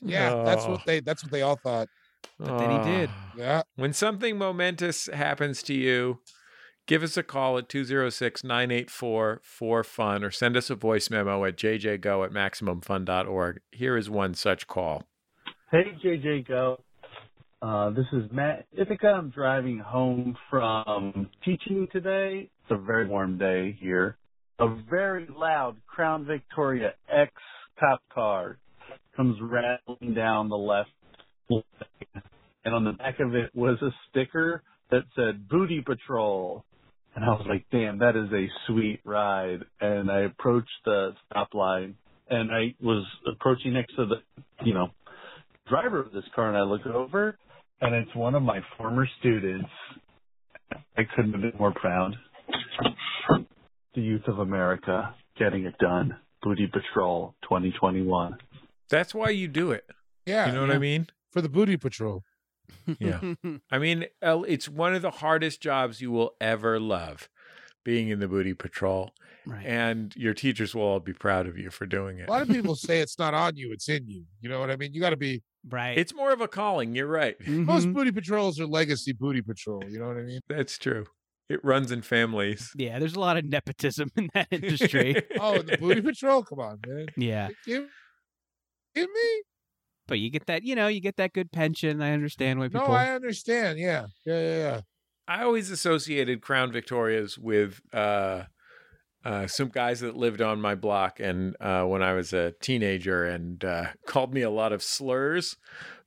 [SPEAKER 4] Yeah, that's
[SPEAKER 2] Oh.
[SPEAKER 4] what they that's what they all thought.
[SPEAKER 3] But then he did.
[SPEAKER 2] Ah.
[SPEAKER 4] Yeah.
[SPEAKER 2] When something momentous happens to you, give us a call at 206 984 4FUN or send us a voice memo at jjgo at maximumfun.org. Here is one such call.
[SPEAKER 15] Hey, JJ Go. Uh, this is Matt Ithaca. I'm driving home from teaching today. It's a very warm day here. A very loud Crown Victoria X cop car comes rattling down the left lane, and on the back of it was a sticker that said Booty Patrol. And I was like, damn, that is a sweet ride. And I approached the stop line, and I was approaching next to the, you know, driver of this car, and I look over, and it's one of my former students. I couldn't have been more proud. The youth of America getting it done. Booty Patrol 2021.
[SPEAKER 2] That's why you do it.
[SPEAKER 4] Yeah.
[SPEAKER 2] You know what I mean?
[SPEAKER 4] For the booty patrol.
[SPEAKER 2] Yeah. I mean, El- it's one of the hardest jobs you will ever love being in the booty patrol.
[SPEAKER 3] Right.
[SPEAKER 2] And your teachers will all be proud of you for doing it.
[SPEAKER 4] A lot of people say it's not on you, it's in you. You know what I mean? You gotta be
[SPEAKER 3] Right.
[SPEAKER 2] It's more of a calling. You're right.
[SPEAKER 3] Mm-hmm.
[SPEAKER 4] most booty patrols are legacy booty patrol, you know what I mean?
[SPEAKER 2] That's true. It runs in families.
[SPEAKER 3] Yeah, there's a lot of nepotism in that industry.
[SPEAKER 4] Oh, the booty patrol? Come on, man.
[SPEAKER 3] yeah.
[SPEAKER 4] Give, give me
[SPEAKER 3] But you get that, you know, you get that good pension. I understand why people.
[SPEAKER 4] No, I understand. Yeah. Yeah, yeah, yeah.
[SPEAKER 2] I always associated Crown Victorias with uh, uh, some guys that lived on my block, and uh, when I was a teenager, and uh, called me a lot of slurs.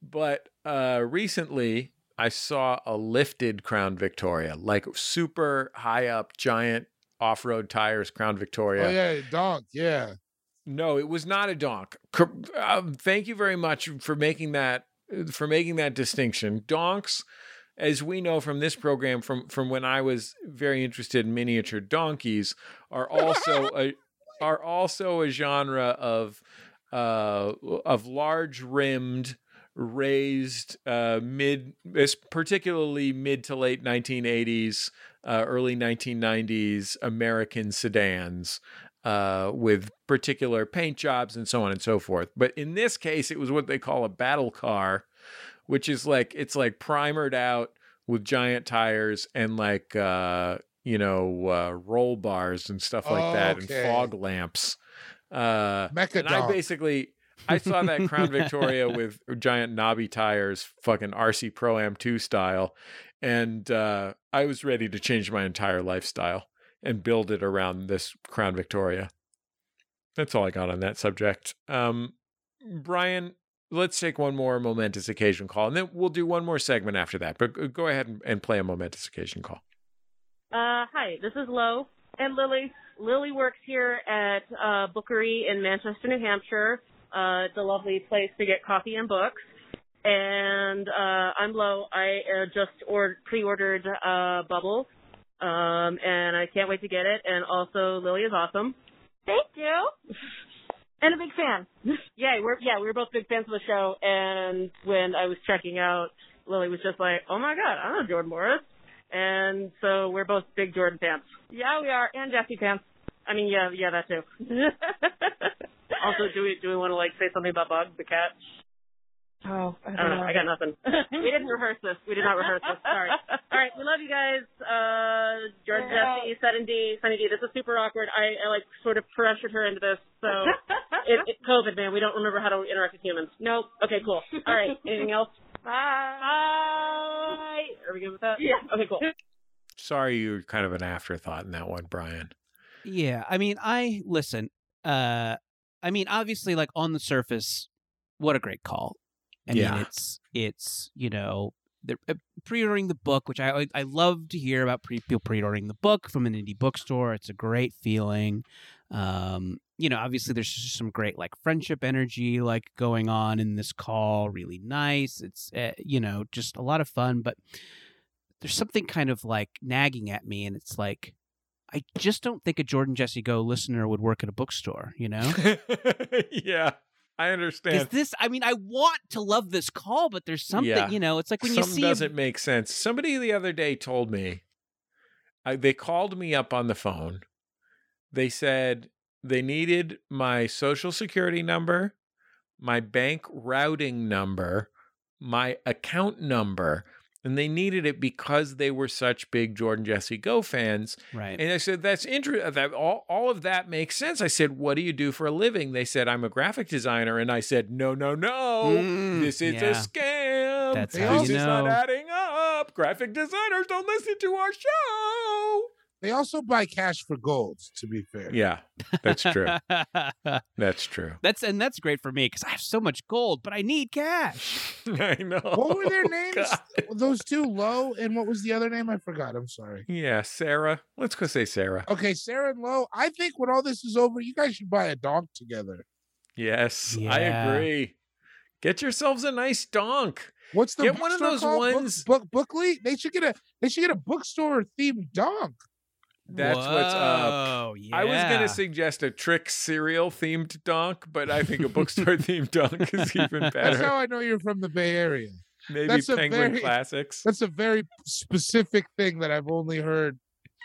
[SPEAKER 2] But uh, recently, I saw a lifted Crown Victoria, like super high up, giant off-road tires, Crown Victoria.
[SPEAKER 4] Oh yeah, donk, yeah.
[SPEAKER 2] No, it was not a donk. Cor- Um, thank you very much for making that for making that distinction. Donks, as we know from this program, from from when I was very interested in miniature donkeys, are also a are also a genre of uh, of large rimmed raised uh, mid es- particularly mid to late 1980s uh, early 1990s american sedans uh, with particular paint jobs and so on and so forth but in this case it was what they call a battle car which is like it's like primered out with giant tires and like uh, you know uh, roll bars and stuff like that
[SPEAKER 4] Okay.
[SPEAKER 2] and fog lamps uh,
[SPEAKER 4] Mecha
[SPEAKER 2] and I
[SPEAKER 4] dog.
[SPEAKER 2] basically I saw that Crown Victoria with giant knobby tires, fucking RC Pro Am 2 style, and uh, I was ready to change my entire lifestyle and build it around this Crown Victoria. That's all I got on that subject. Um, Brian, let's take one more momentous occasion call, and then we'll do one more segment after that. But g- go ahead and, and play a momentous occasion call.
[SPEAKER 16] Uh, hi, this is Lo and Lily. Lily works here at uh, Bookery in Manchester, New Hampshire. Uh, it's a lovely place to get coffee and books. And uh, I'm Lo. I uh, just or- pre-ordered uh, Bubble, um, and I can't wait to get it. And also, Lily is awesome. Thank you. And a big fan. yeah, we're yeah, we were both big fans of the show. And when I was checking out, Lily was just like, "Oh my God, I know Jordan Morris." And so we're both big Jordan fans. Yeah, we are, and Jesse fans. I mean, yeah, yeah, that too. also, do we do we want to like say something about Bug the cat?
[SPEAKER 17] Oh,
[SPEAKER 16] Oh, I don't know. I got nothing. we didn't rehearse this. We did not rehearse this. Sorry. All right, we love you guys. Uh, George, Jesse, Sudden D, Sunny D. This is super awkward. I, I like sort of pressured her into this. So it, it, COVID, man, we don't remember how to interact with humans. Nope. Okay, cool. All right. Anything else? Bye. Are we good with that?
[SPEAKER 2] Yeah.
[SPEAKER 16] Okay, cool.
[SPEAKER 2] Sorry, you were kind of an afterthought in that one, Brian.
[SPEAKER 3] Yeah, I mean, I listen. Uh, I mean, obviously, like on the surface, what a great call. I
[SPEAKER 2] Yeah.
[SPEAKER 3] mean, it's it's you know they're uh, pre-ordering the book, which I I love to hear about pre- people pre-ordering the book from an indie bookstore. It's a great feeling. Um, you know, obviously, there's just some great like friendship energy like going on in this call. Really nice. It's uh, you know just a lot of fun, but there's something kind of like nagging at me, and it's like. I just don't think a Jordan Jesse Go listener would work at a bookstore, you know?
[SPEAKER 2] yeah, I
[SPEAKER 3] Because
[SPEAKER 2] understand.
[SPEAKER 3] this, I mean, I want to love this call, but there's something,
[SPEAKER 2] Yeah.
[SPEAKER 3] you know, it's like when
[SPEAKER 2] Something
[SPEAKER 3] you see. a-
[SPEAKER 2] doesn't make sense. Somebody the other day told me I, they called me up on the phone. They said they needed my social security number, my bank routing number, my account number, and they needed it because they were such big Jordan Jesse Go fans.
[SPEAKER 3] right.
[SPEAKER 2] And I said, that's interesting. That all, all of that makes sense. I said, what do you do for a living? They said, I'm a graphic designer. And I said, no, no, no.
[SPEAKER 3] Mm,
[SPEAKER 2] Oh, this is
[SPEAKER 3] yeah.
[SPEAKER 2] a scam.
[SPEAKER 3] That's
[SPEAKER 2] this
[SPEAKER 3] how you
[SPEAKER 2] is not
[SPEAKER 3] know.
[SPEAKER 2] adding up. Graphic designers don't listen to our show.
[SPEAKER 4] They also buy cash for gold, to be fair.
[SPEAKER 2] Yeah, that's true. that's true.
[SPEAKER 3] that's, and that's great for me because I have so much gold, but I need cash.
[SPEAKER 2] I know.
[SPEAKER 4] What were
[SPEAKER 2] Oh,
[SPEAKER 4] their names? Those two, Low, and what was the other name? I forgot. I'm sorry.
[SPEAKER 2] Yeah, Sarah. Let's go say Sarah.
[SPEAKER 4] Okay, Sarah and Low. I think when all this is over, you guys should buy a dog together.
[SPEAKER 2] Yes, I
[SPEAKER 3] Yeah.
[SPEAKER 2] agree. Get yourselves a nice donk.
[SPEAKER 4] What's the
[SPEAKER 2] Get one of
[SPEAKER 4] bookstore
[SPEAKER 2] those
[SPEAKER 4] called? Book-
[SPEAKER 2] ones-
[SPEAKER 4] Book, Bookly. They should get a. They should get a bookstore themed dog.
[SPEAKER 2] That's what's up.
[SPEAKER 3] Whoa,
[SPEAKER 2] I was going
[SPEAKER 3] yeah.
[SPEAKER 2] to suggest a trick cereal themed dunk, but I think a bookstore themed dunk is even
[SPEAKER 4] That's
[SPEAKER 2] better.
[SPEAKER 4] how I know you're from the Bay Area.
[SPEAKER 2] Maybe
[SPEAKER 4] that's a
[SPEAKER 2] Penguin
[SPEAKER 4] very-
[SPEAKER 2] Classics.
[SPEAKER 4] That's a very specific thing that I've only heard.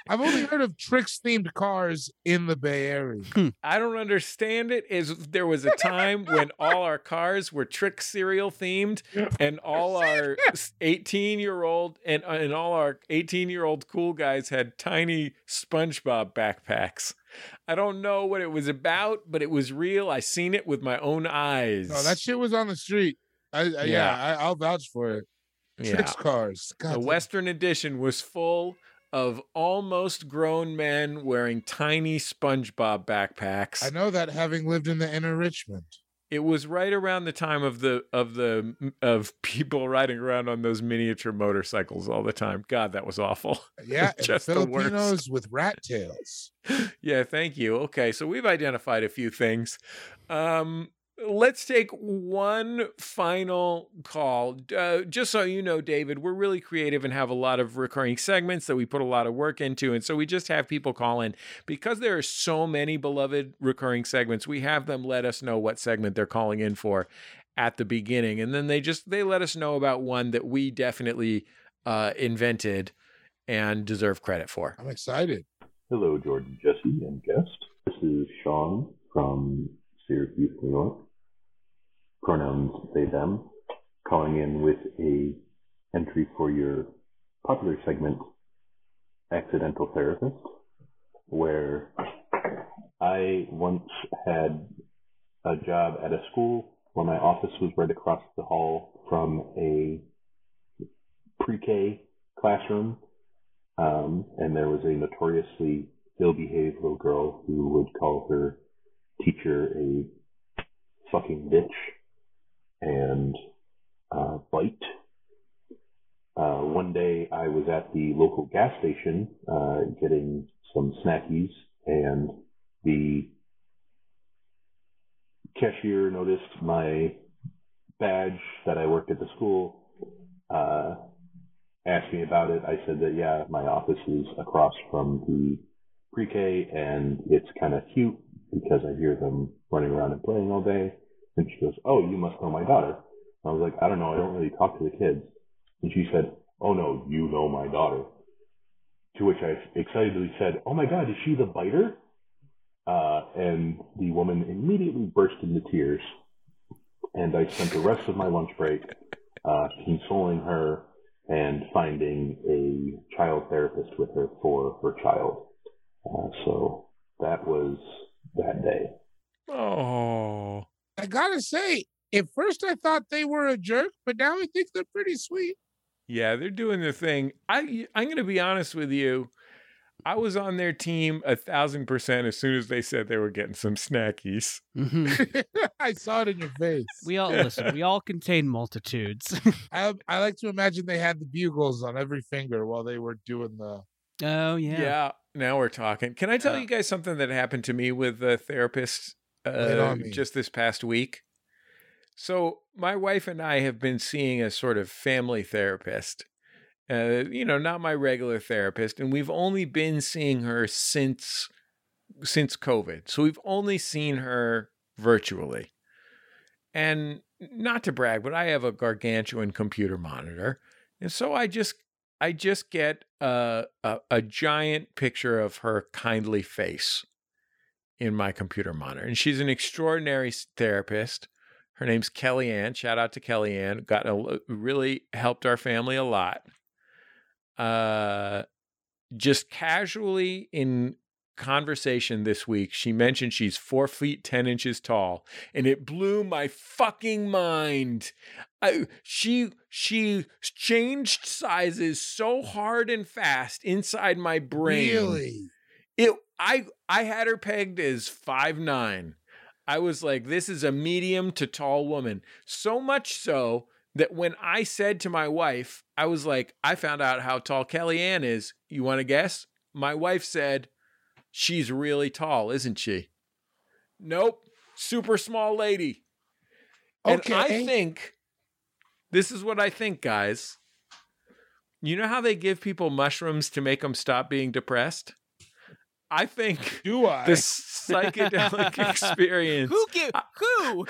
[SPEAKER 4] I've only heard of tricks themed cars in the Bay Area.
[SPEAKER 2] I don't understand it. Is there was a time when all our cars were trick cereal themed, and all our eighteen-year-old and uh, and all our eighteen-year-old cool guys had tiny SpongeBob backpacks. I don't know what it was about, but it was real. I seen it with my own eyes.
[SPEAKER 4] No, that shit was on the street. I, I yeah,
[SPEAKER 2] Yeah.
[SPEAKER 4] I, I'll vouch for it. Tricks cars. God,
[SPEAKER 2] the
[SPEAKER 4] that-
[SPEAKER 2] Western edition was full of almost grown men wearing tiny SpongeBob backpacks.
[SPEAKER 4] I know that having lived in the inner Richmond.
[SPEAKER 2] It was right around the time of the of the of people riding around on those miniature motorcycles all the time. God, that was awful.
[SPEAKER 4] Yeah, and
[SPEAKER 2] just the worst.
[SPEAKER 4] Filipinos with rat tails.
[SPEAKER 2] Yeah, thank you. Okay, so we've identified a few things. Um, let's take one final call. Uh, just so you know, David, we're really creative and have a lot of recurring segments that we put a lot of work into. And so we just have people call in. Because there are so many beloved recurring segments, we have them let us know what segment they're calling in for at the beginning. And then they just they let us know about one that we definitely uh, invented and deserve credit for.
[SPEAKER 4] I'm excited.
[SPEAKER 17] Hello, Jordan, Jesse, and guest. This is Sean from Syracuse, New York. Pronouns they, them. Calling in with a entry for your popular segment, Accidental Therapist, where I once had a job at a school where my office was right across the hall from a pre-K classroom um, and there was a notoriously ill-behaved little girl who would call her teacher a fucking bitch and uh, bite. Uh, one day I was at the local gas station uh, getting some snackies, and the cashier noticed my badge that I worked at the school. Uh, asked me about it, I said that yeah, my office is across from the pre-K and it's kind of cute because I hear them running around and playing all day. And she goes, "Oh, you must know my daughter." I was like, "I don't know, I don't really talk to the kids." And she said, "Oh no, you know my daughter." To which I excitedly said, "Oh my God, is she the biter?" Uh, and the woman immediately burst into tears, and I spent the rest of my lunch break uh, consoling her and finding a child therapist with her for her child. Uh, so that was that day.
[SPEAKER 2] Oh.
[SPEAKER 4] I gotta say, at first I thought they were a jerk, but now I think they're pretty sweet.
[SPEAKER 2] Yeah, they're doing their thing. I I'm gonna be honest with you. I was on their team a thousand percent as soon as they said they were getting some snackies.
[SPEAKER 4] I saw it in your face.
[SPEAKER 3] We all listen. We all contain multitudes.
[SPEAKER 4] I, I like to imagine they had the bugles on every finger while they were doing the.
[SPEAKER 3] oh yeah.
[SPEAKER 2] Yeah. Now we're talking. Can I tell you guys something that happened to me with a therapist
[SPEAKER 4] Lay it
[SPEAKER 2] uh,
[SPEAKER 4] on me.
[SPEAKER 2] just this past week? So my wife and I have been seeing a sort of family therapist. Uh, you know, not my regular therapist, and we've only been seeing her since since COVID. So we've only seen her virtually. And not to brag, but I have a gargantuan computer monitor. And so I just I just get a a, a giant picture of her kindly face in my computer monitor. And she's an extraordinary s- therapist. Her name's Kellyanne. Shout out to Kellyanne. Got a lo- really helped our family a lot. Uh, just casually in conversation this week, she mentioned she's four feet ten inches tall, and it blew my fucking mind. I, she she changed sizes so hard and fast inside my brain.
[SPEAKER 4] Really?
[SPEAKER 2] It I I had her pegged as five nine. I was like, this is a medium to tall woman. So much so that when I said to my wife, I was like, I found out how tall Kellyanne is. You want to guess? My wife said, She's really tall, isn't she? Nope. Super small lady.
[SPEAKER 4] Okay.
[SPEAKER 2] And I think this is what I think, guys. You know how they give people mushrooms to make them stop being depressed? I think
[SPEAKER 4] Do I?
[SPEAKER 2] the psychedelic experience.
[SPEAKER 3] Who give who?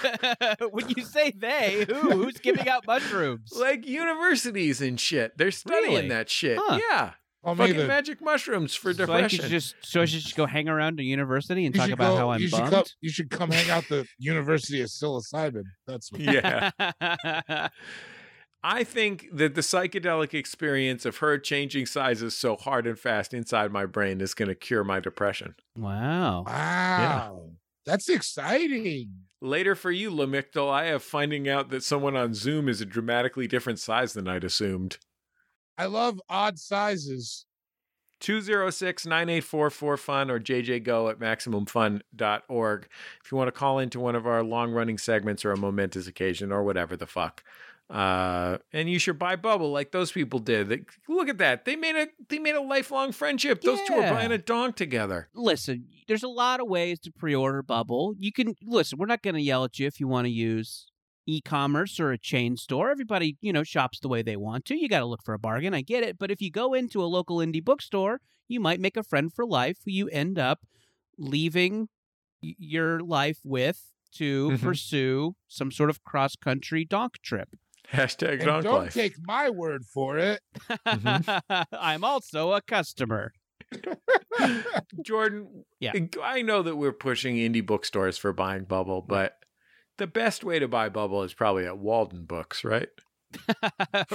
[SPEAKER 3] when you say they, who? Who's giving out mushrooms?
[SPEAKER 2] Like universities and shit. They're studying
[SPEAKER 3] Really?
[SPEAKER 2] that shit.
[SPEAKER 3] Huh.
[SPEAKER 2] Yeah.
[SPEAKER 4] Oh, me
[SPEAKER 2] Fucking
[SPEAKER 4] either.
[SPEAKER 2] magic mushrooms for
[SPEAKER 3] So I
[SPEAKER 2] depression.
[SPEAKER 3] should just so I should just go hang around to university and talk
[SPEAKER 4] should
[SPEAKER 3] about
[SPEAKER 4] go-
[SPEAKER 3] how I'm
[SPEAKER 4] you should,
[SPEAKER 3] bummed.
[SPEAKER 4] come, you should come hang out the University of Psilocybin. That's what
[SPEAKER 2] yeah. I think that the psychedelic experience of her changing sizes so hard and fast inside my brain is going to cure my depression.
[SPEAKER 3] wow.
[SPEAKER 4] Wow. That's exciting.
[SPEAKER 2] Later for you, Lamictal, I have finding out that someone on Zoom is a dramatically different size than I'd assumed.
[SPEAKER 4] I love odd sizes.
[SPEAKER 2] 206 9844 fun or jjgo at maximumfun.org if you want to call into one of our long running segments or a momentous occasion or whatever the fuck uh and you should buy bubble like those people did They- look at that they made a they made a lifelong friendship those two are
[SPEAKER 3] Yeah.
[SPEAKER 2] buying a donk together
[SPEAKER 3] Listen, there's a lot of ways to pre-order Bubble. You can listen. We're not going to yell at you if you want to use e-commerce or a chain store. Everybody, you know, shops the way they want to. You got to look for a bargain. I get it, but if you go into a local indie bookstore, you might make a friend for life who you end up leaving y- your life with to
[SPEAKER 2] Mhm.
[SPEAKER 3] pursue some sort of cross-country donk trip.
[SPEAKER 2] hashtag
[SPEAKER 4] and
[SPEAKER 2] donk
[SPEAKER 4] don't
[SPEAKER 2] life
[SPEAKER 4] take my word for it.
[SPEAKER 2] Mm-hmm.
[SPEAKER 3] I'm also a customer.
[SPEAKER 2] jordan
[SPEAKER 3] Yeah.
[SPEAKER 2] i know that we're pushing indie bookstores for buying bubble but the best way to buy bubble is probably at walden books right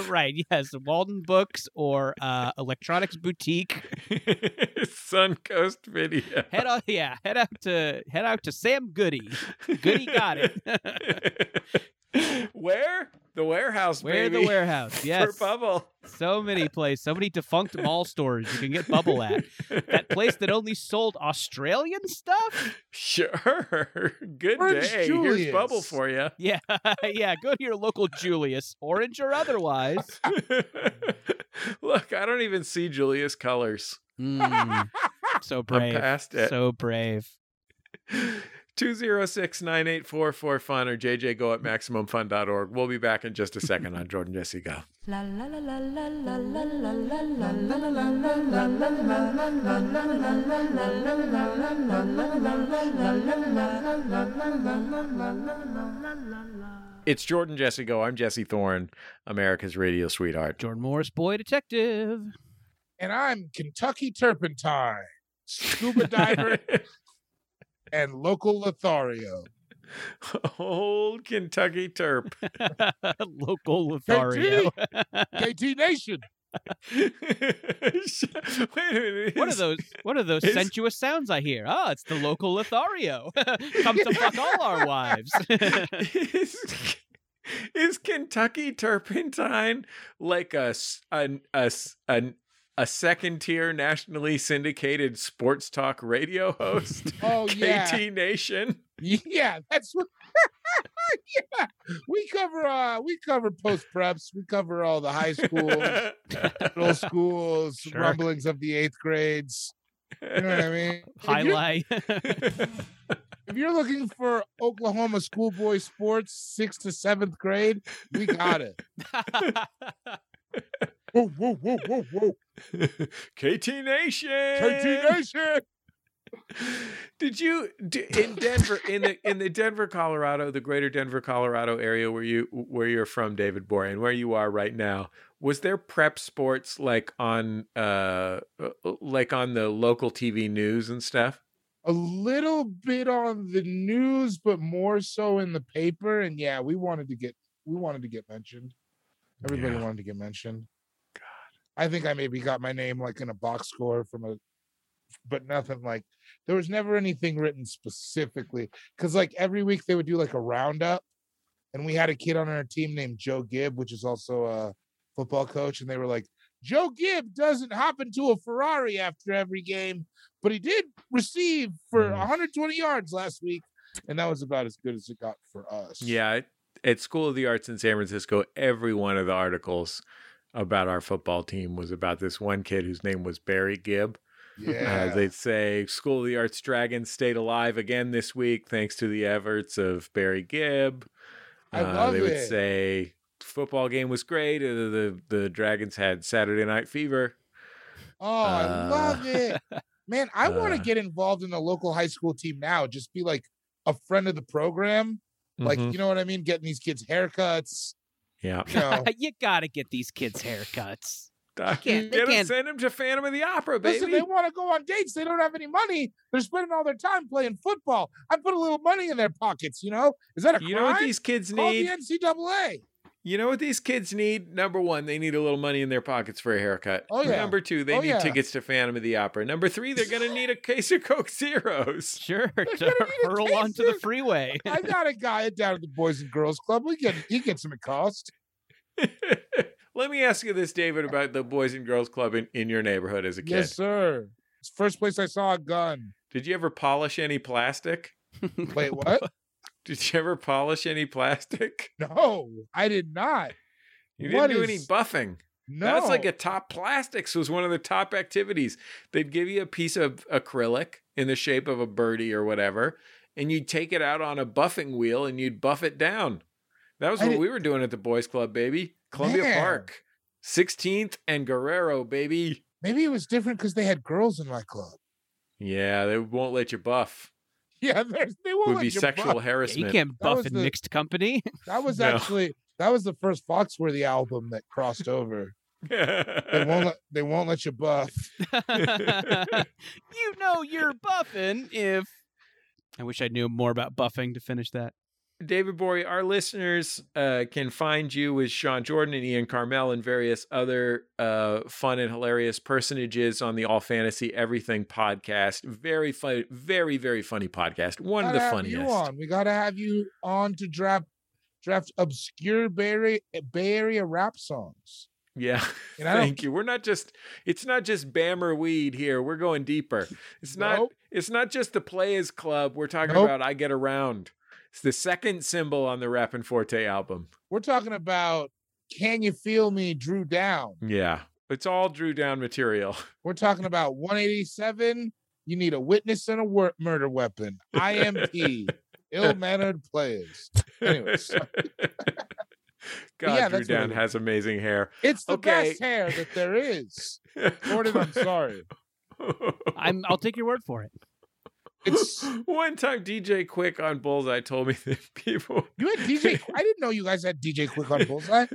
[SPEAKER 3] right. Yes. Walden Books or uh, Electronics Boutique.
[SPEAKER 2] Suncoast Video.
[SPEAKER 3] Head out. Yeah. Head out to head out to Sam Goody. Goody got it.
[SPEAKER 2] Where? The warehouse,
[SPEAKER 3] Where
[SPEAKER 2] baby.
[SPEAKER 3] the warehouse. Yes.
[SPEAKER 2] For Bubble.
[SPEAKER 3] So many places. So many defunct mall stores you can get bubble at. That place that only sold Australian stuff.
[SPEAKER 2] Sure. Good
[SPEAKER 4] Orange
[SPEAKER 2] day. Here's
[SPEAKER 4] Julius.
[SPEAKER 2] Bubble for you.
[SPEAKER 3] Yeah. yeah. Go to your local Julius, orange or otherwise.
[SPEAKER 2] Look, I don't even see Julius colors.
[SPEAKER 3] Mm, so brave.
[SPEAKER 2] past it.
[SPEAKER 3] So brave.
[SPEAKER 2] 206-9844-FUN or jjgo at maximumfun.org. We'll be back in just a second on Jordan Jesse Go.
[SPEAKER 1] La la la la la la la la la la la la la la la la la la la la la
[SPEAKER 2] It's Jordan Jesse Go. I'm Jesse Thorne, America's radio sweetheart.
[SPEAKER 3] Jordan Morris, boy detective.
[SPEAKER 4] And I'm Kentucky Turpentine, scuba diver, and local Lothario.
[SPEAKER 2] Old Kentucky Terp.
[SPEAKER 3] Local
[SPEAKER 2] Lothario.
[SPEAKER 4] KT Nation.
[SPEAKER 2] Wait a minute.
[SPEAKER 3] What are those? What are those
[SPEAKER 2] It's-
[SPEAKER 3] sensuous sounds I hear? Ah, it's the local Lothario. Come to fuck all our wives.
[SPEAKER 2] is, is Kentucky turpentine like a s- an- a s- an- a second tier nationally syndicated sports talk radio host?
[SPEAKER 4] Oh yeah.
[SPEAKER 2] KT Nation.
[SPEAKER 4] Yeah, that's what. yeah, we cover. Uh, we cover post preps. We cover all the high schools, middle schools,
[SPEAKER 3] Sure.
[SPEAKER 4] rumblings of the eighth grades. You know what I mean? If you're-
[SPEAKER 3] Highlight.
[SPEAKER 4] If you're looking for Oklahoma schoolboy sports, sixth to seventh grade, we got it. whoa, whoa, whoa, whoa, whoa!
[SPEAKER 2] KT Nation.
[SPEAKER 4] KT Nation.
[SPEAKER 2] Did you d in Denver in the in the Denver, Colorado, the greater Denver, Colorado area where you where you're from, David Bory, and where you are right now? Was there prep sports like on uh like on the local TV news and stuff?
[SPEAKER 4] A little bit on the news, but more so in the paper. And yeah, we wanted to get we wanted to get mentioned. Everybody
[SPEAKER 2] Yeah.
[SPEAKER 4] wanted to get mentioned. God, I think I maybe got my name like in a box score from a, but nothing like there was never anything written specifically because like every week they would do like a roundup, and we had a kid on our team named Joe Gibb, which is also a football coach, and they were like. Joe Gibb doesn't hop into a Ferrari after every game, but he did receive for 120 yards last week, and that was about as good as it got for us.
[SPEAKER 2] Yeah, at- at School of the Arts in San Francisco, every one of the articles about our football team was about this one kid whose name was Barry Gibb.
[SPEAKER 4] Yeah.
[SPEAKER 2] Uh, they'd say School of the Arts Dragons stayed alive again this week thanks to the efforts of Barry Gibb. Uh,
[SPEAKER 4] I love
[SPEAKER 2] they would
[SPEAKER 4] it.
[SPEAKER 2] say football game was great. uh, The, the Dragons had Saturday night fever.
[SPEAKER 4] Oh, I
[SPEAKER 2] Uh,
[SPEAKER 4] love it. Man, I want
[SPEAKER 2] uh,
[SPEAKER 4] to get involved in the local high school team now. Just be like a friend of the program. Like,
[SPEAKER 2] Mhm.
[SPEAKER 4] you know what I mean? Getting these kids haircuts.
[SPEAKER 2] Yeah.
[SPEAKER 4] You know.
[SPEAKER 3] you gotta get these kids haircuts.
[SPEAKER 2] I
[SPEAKER 3] can't- they
[SPEAKER 2] Get 'em-
[SPEAKER 3] can't-
[SPEAKER 2] send him to Phantom of the Opera, baby.
[SPEAKER 4] Listen, they want to go on dates. They don't have any money. They're spending all their time playing football. I put a little money in their pockets, you know? Is that a
[SPEAKER 2] You know what
[SPEAKER 4] crime?
[SPEAKER 2] these kids
[SPEAKER 4] Call
[SPEAKER 2] need?
[SPEAKER 4] the NCAA.
[SPEAKER 2] You know what these kids need? Number one, they need a little money in their pockets for a haircut.
[SPEAKER 4] Oh, yeah.
[SPEAKER 2] Number two, they
[SPEAKER 4] Oh,
[SPEAKER 2] need
[SPEAKER 4] yeah.
[SPEAKER 2] tickets to Phantom of the Opera. Number three, they're going to need a case of Coke Zeros.
[SPEAKER 3] Sure, to
[SPEAKER 4] gonna need a
[SPEAKER 3] hurl
[SPEAKER 4] case
[SPEAKER 3] onto the
[SPEAKER 4] of-
[SPEAKER 3] freeway.
[SPEAKER 4] I got a guy down at the Boys and Girls Club. We get he gets some cost.
[SPEAKER 2] Let me ask you this, David, about the Boys and Girls Club in, in your neighborhood as a kid.
[SPEAKER 4] Yes, sir. It's the first place I saw a gun.
[SPEAKER 2] Did you ever polish any plastic?
[SPEAKER 4] Wait, what?
[SPEAKER 2] Did you ever polish any plastic?
[SPEAKER 4] No, I did not.
[SPEAKER 2] You didn't
[SPEAKER 4] What
[SPEAKER 2] do any
[SPEAKER 4] is-
[SPEAKER 2] buffing.
[SPEAKER 4] No.
[SPEAKER 2] That's like a top plastics was one of the top activities. They'd give you a piece of acrylic in the shape of a birdie or whatever, and you'd take it out on a buffing wheel and you'd buff it down. That was
[SPEAKER 4] I
[SPEAKER 2] what
[SPEAKER 4] did-
[SPEAKER 2] we were doing at the boys club, baby. Columbia
[SPEAKER 4] Man.
[SPEAKER 2] Park. 16th and Guerrero, baby.
[SPEAKER 4] Maybe it was different because they had girls in my club.
[SPEAKER 2] Yeah, they won't let you buff.
[SPEAKER 4] Yeah, there's- they won't
[SPEAKER 2] Would
[SPEAKER 4] let
[SPEAKER 2] be
[SPEAKER 4] you
[SPEAKER 2] sexual
[SPEAKER 4] buff.
[SPEAKER 3] Yeah, you
[SPEAKER 2] harassment.
[SPEAKER 3] can't
[SPEAKER 4] That
[SPEAKER 3] buff
[SPEAKER 4] was
[SPEAKER 3] in
[SPEAKER 4] the-
[SPEAKER 3] mixed company.
[SPEAKER 4] That was
[SPEAKER 2] No.
[SPEAKER 4] actually that was the first Foxworthy album that crossed over. They won't let they won't let you buff.
[SPEAKER 3] you know you're buffing if. I wish I knew more about buffing to finish that.
[SPEAKER 2] David Bory, our listeners uh, can find you with Sean Jordan and Ian Carmel and various other uh, fun and hilarious personages on the All Fantasy Everything podcast. Very fun, very very funny podcast. One of
[SPEAKER 4] Gotta
[SPEAKER 2] the
[SPEAKER 4] have you
[SPEAKER 2] funniest.
[SPEAKER 4] on. We gotta have you on to draft draft obscure Bay Area, Bay Area rap songs.
[SPEAKER 2] Yeah,
[SPEAKER 4] And I don't-
[SPEAKER 2] thank you. We're not just it's not just Bammer weed here. We're going deeper. It's not
[SPEAKER 4] Nope.
[SPEAKER 2] it's not just the Players Club. We're talking
[SPEAKER 4] Nope.
[SPEAKER 2] about I Get Around. It's the second symbol on the Rappin' Forte album.
[SPEAKER 4] We're talking about Can You Feel Me, Drew Down.
[SPEAKER 2] Yeah, it's all Drew Down material.
[SPEAKER 4] We're talking about 187. You need a witness and a wor- murder weapon. IMP. Ill mannered players. Anyways,
[SPEAKER 2] God,
[SPEAKER 4] yeah,
[SPEAKER 2] Drew
[SPEAKER 4] that's what
[SPEAKER 2] Down
[SPEAKER 4] it is.
[SPEAKER 2] has amazing hair.
[SPEAKER 4] it's the
[SPEAKER 2] Okay.
[SPEAKER 4] best hair that there is. Jordan, I'm sorry.
[SPEAKER 3] I'm. I'll take your word for it.
[SPEAKER 2] One time, DJ Quick on Bullseye told me that people.
[SPEAKER 4] You had DJ. I didn't know you guys had DJ Quick on Bullseye.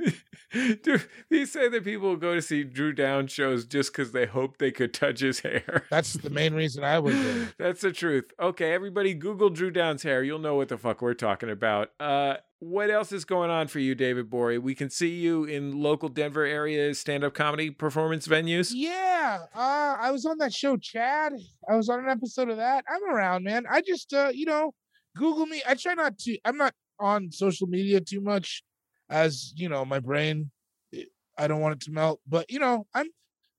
[SPEAKER 2] Dude, he said that people go to see Drew Down shows just because they hope they could touch his hair.
[SPEAKER 4] That's the main reason I was there.
[SPEAKER 2] That's the truth. Okay, everybody, Google Drew Down's hair. You'll know what the fuck we're talking about. Uh, what else is going on for you, David Bory? We can see you in local Denver area stand-up comedy performance venues.
[SPEAKER 4] Yeah, uh, I was on that show, Chad. I was on an episode of that. I'm around, man. I just, uh, you know, Google me. I try not to. I'm not on social media too much, as you know, my brain. I don't want it to melt, but you know, I'm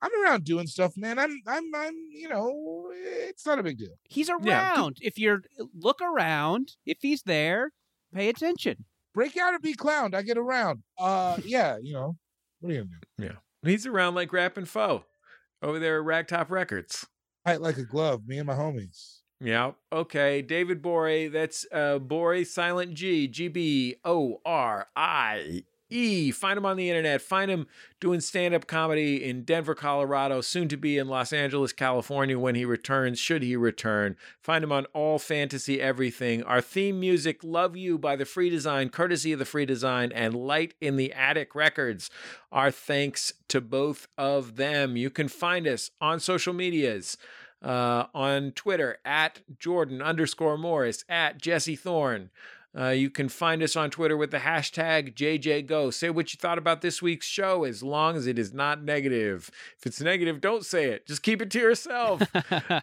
[SPEAKER 4] I'm around doing stuff, man. I'm I'm I'm you know, it's not a big deal.
[SPEAKER 3] He's around. If you're look around, if he's there, pay attention.
[SPEAKER 4] Break out or be clowned. I get around. Uh, yeah, you know, what are you gonna do?
[SPEAKER 2] Yeah, he's around like rapping foe over there at Ragtop Records.
[SPEAKER 4] Tight like a glove. Me and my homies.
[SPEAKER 2] Yeah. Okay. David Bore. That's uh Bore silent G G B O R I E. Find him on the internet. Find him doing stand-up comedy in Denver, Colorado, soon to be in Los Angeles, California when he returns, should he return. Find him on All Fantasy Everything. Our theme music, Love You by the Free Design, courtesy of the Free Design, and Light in the Attic Records. Our thanks to both of them. You can find us on social medias uh, on Twitter at Jordan underscore Morris, at Jesse Thorne. Uh, you can find us on Twitter with the hashtag JJGo. Say what you thought about this week's show as long as it is not negative. If it's negative, don't say it. Just keep it to yourself.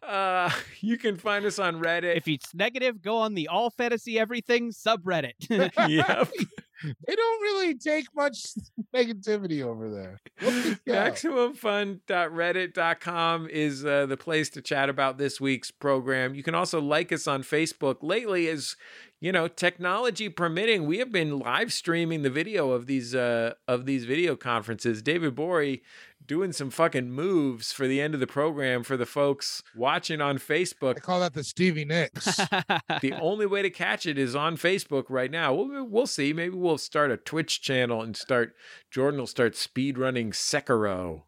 [SPEAKER 2] uh, you can find us on Reddit.
[SPEAKER 3] If it's negative, go on the All Fantasy Everything subreddit.
[SPEAKER 2] yep.
[SPEAKER 4] They don't really take much negativity over there. Yeah.
[SPEAKER 2] MaximumFun.reddit.com is uh, the place to chat about this week's program. You can also like us on Facebook. Lately, as you know, technology permitting, we have been live streaming the video of these uh, of these video conferences. David Bory doing some fucking moves for the end of the program for the folks watching on Facebook.
[SPEAKER 4] I call that the Stevie Nicks.
[SPEAKER 2] the only way to catch it is on Facebook right now. We'll, we'll see. Maybe we'll start a Twitch channel and start. Jordan will start speed running Sekiro.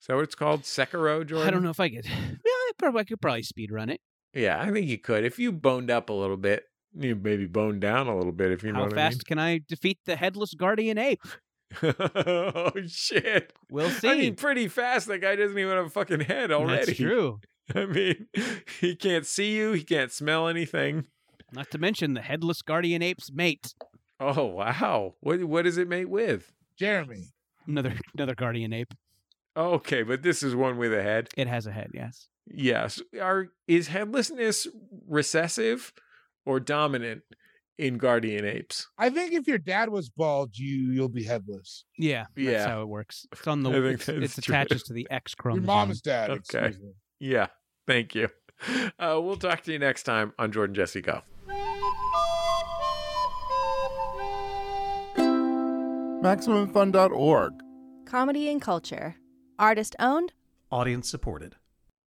[SPEAKER 2] Is that what it's called? Sekiro, Jordan.
[SPEAKER 3] I don't know if I could. Yeah, I probably I could probably speed run it.
[SPEAKER 2] Yeah, I think you could if you boned up a little bit. You maybe boned down a little bit if you know
[SPEAKER 3] How
[SPEAKER 2] what
[SPEAKER 3] fast can I defeat the headless guardian ape?
[SPEAKER 2] I mean. oh shit!
[SPEAKER 3] We'll see.
[SPEAKER 2] I mean, pretty fast. That guy doesn't even have a fucking head already.
[SPEAKER 3] That's true.
[SPEAKER 2] I mean, he can't see you. He can't smell anything.
[SPEAKER 3] Not to mention the headless guardian ape's mate,
[SPEAKER 2] Oh wow! What what is it mate with?
[SPEAKER 4] Jeremy.
[SPEAKER 3] another another guardian ape.
[SPEAKER 2] Oh, okay, but this is one with a head.
[SPEAKER 3] It has a head, yes.
[SPEAKER 2] Yes. Are is headlessness recessive or dominant in guardian apes?
[SPEAKER 4] I think if your dad was bald, you you'll be headless.
[SPEAKER 3] Yeah, that's
[SPEAKER 2] Yeah.
[SPEAKER 3] how it works. It's on the
[SPEAKER 2] I think
[SPEAKER 3] it's,
[SPEAKER 2] that's
[SPEAKER 3] it's
[SPEAKER 2] true.
[SPEAKER 3] attaches to the X
[SPEAKER 4] Your
[SPEAKER 3] chromosome.
[SPEAKER 4] mom's dad.
[SPEAKER 2] Okay.
[SPEAKER 4] excuse me.
[SPEAKER 2] Yeah. Thank you. Uh, we'll talk to you next time on Jordan Jesse Go.
[SPEAKER 18] MaximumFun.org.
[SPEAKER 5] Comedy and culture. Artist owned.
[SPEAKER 18] Audience supported.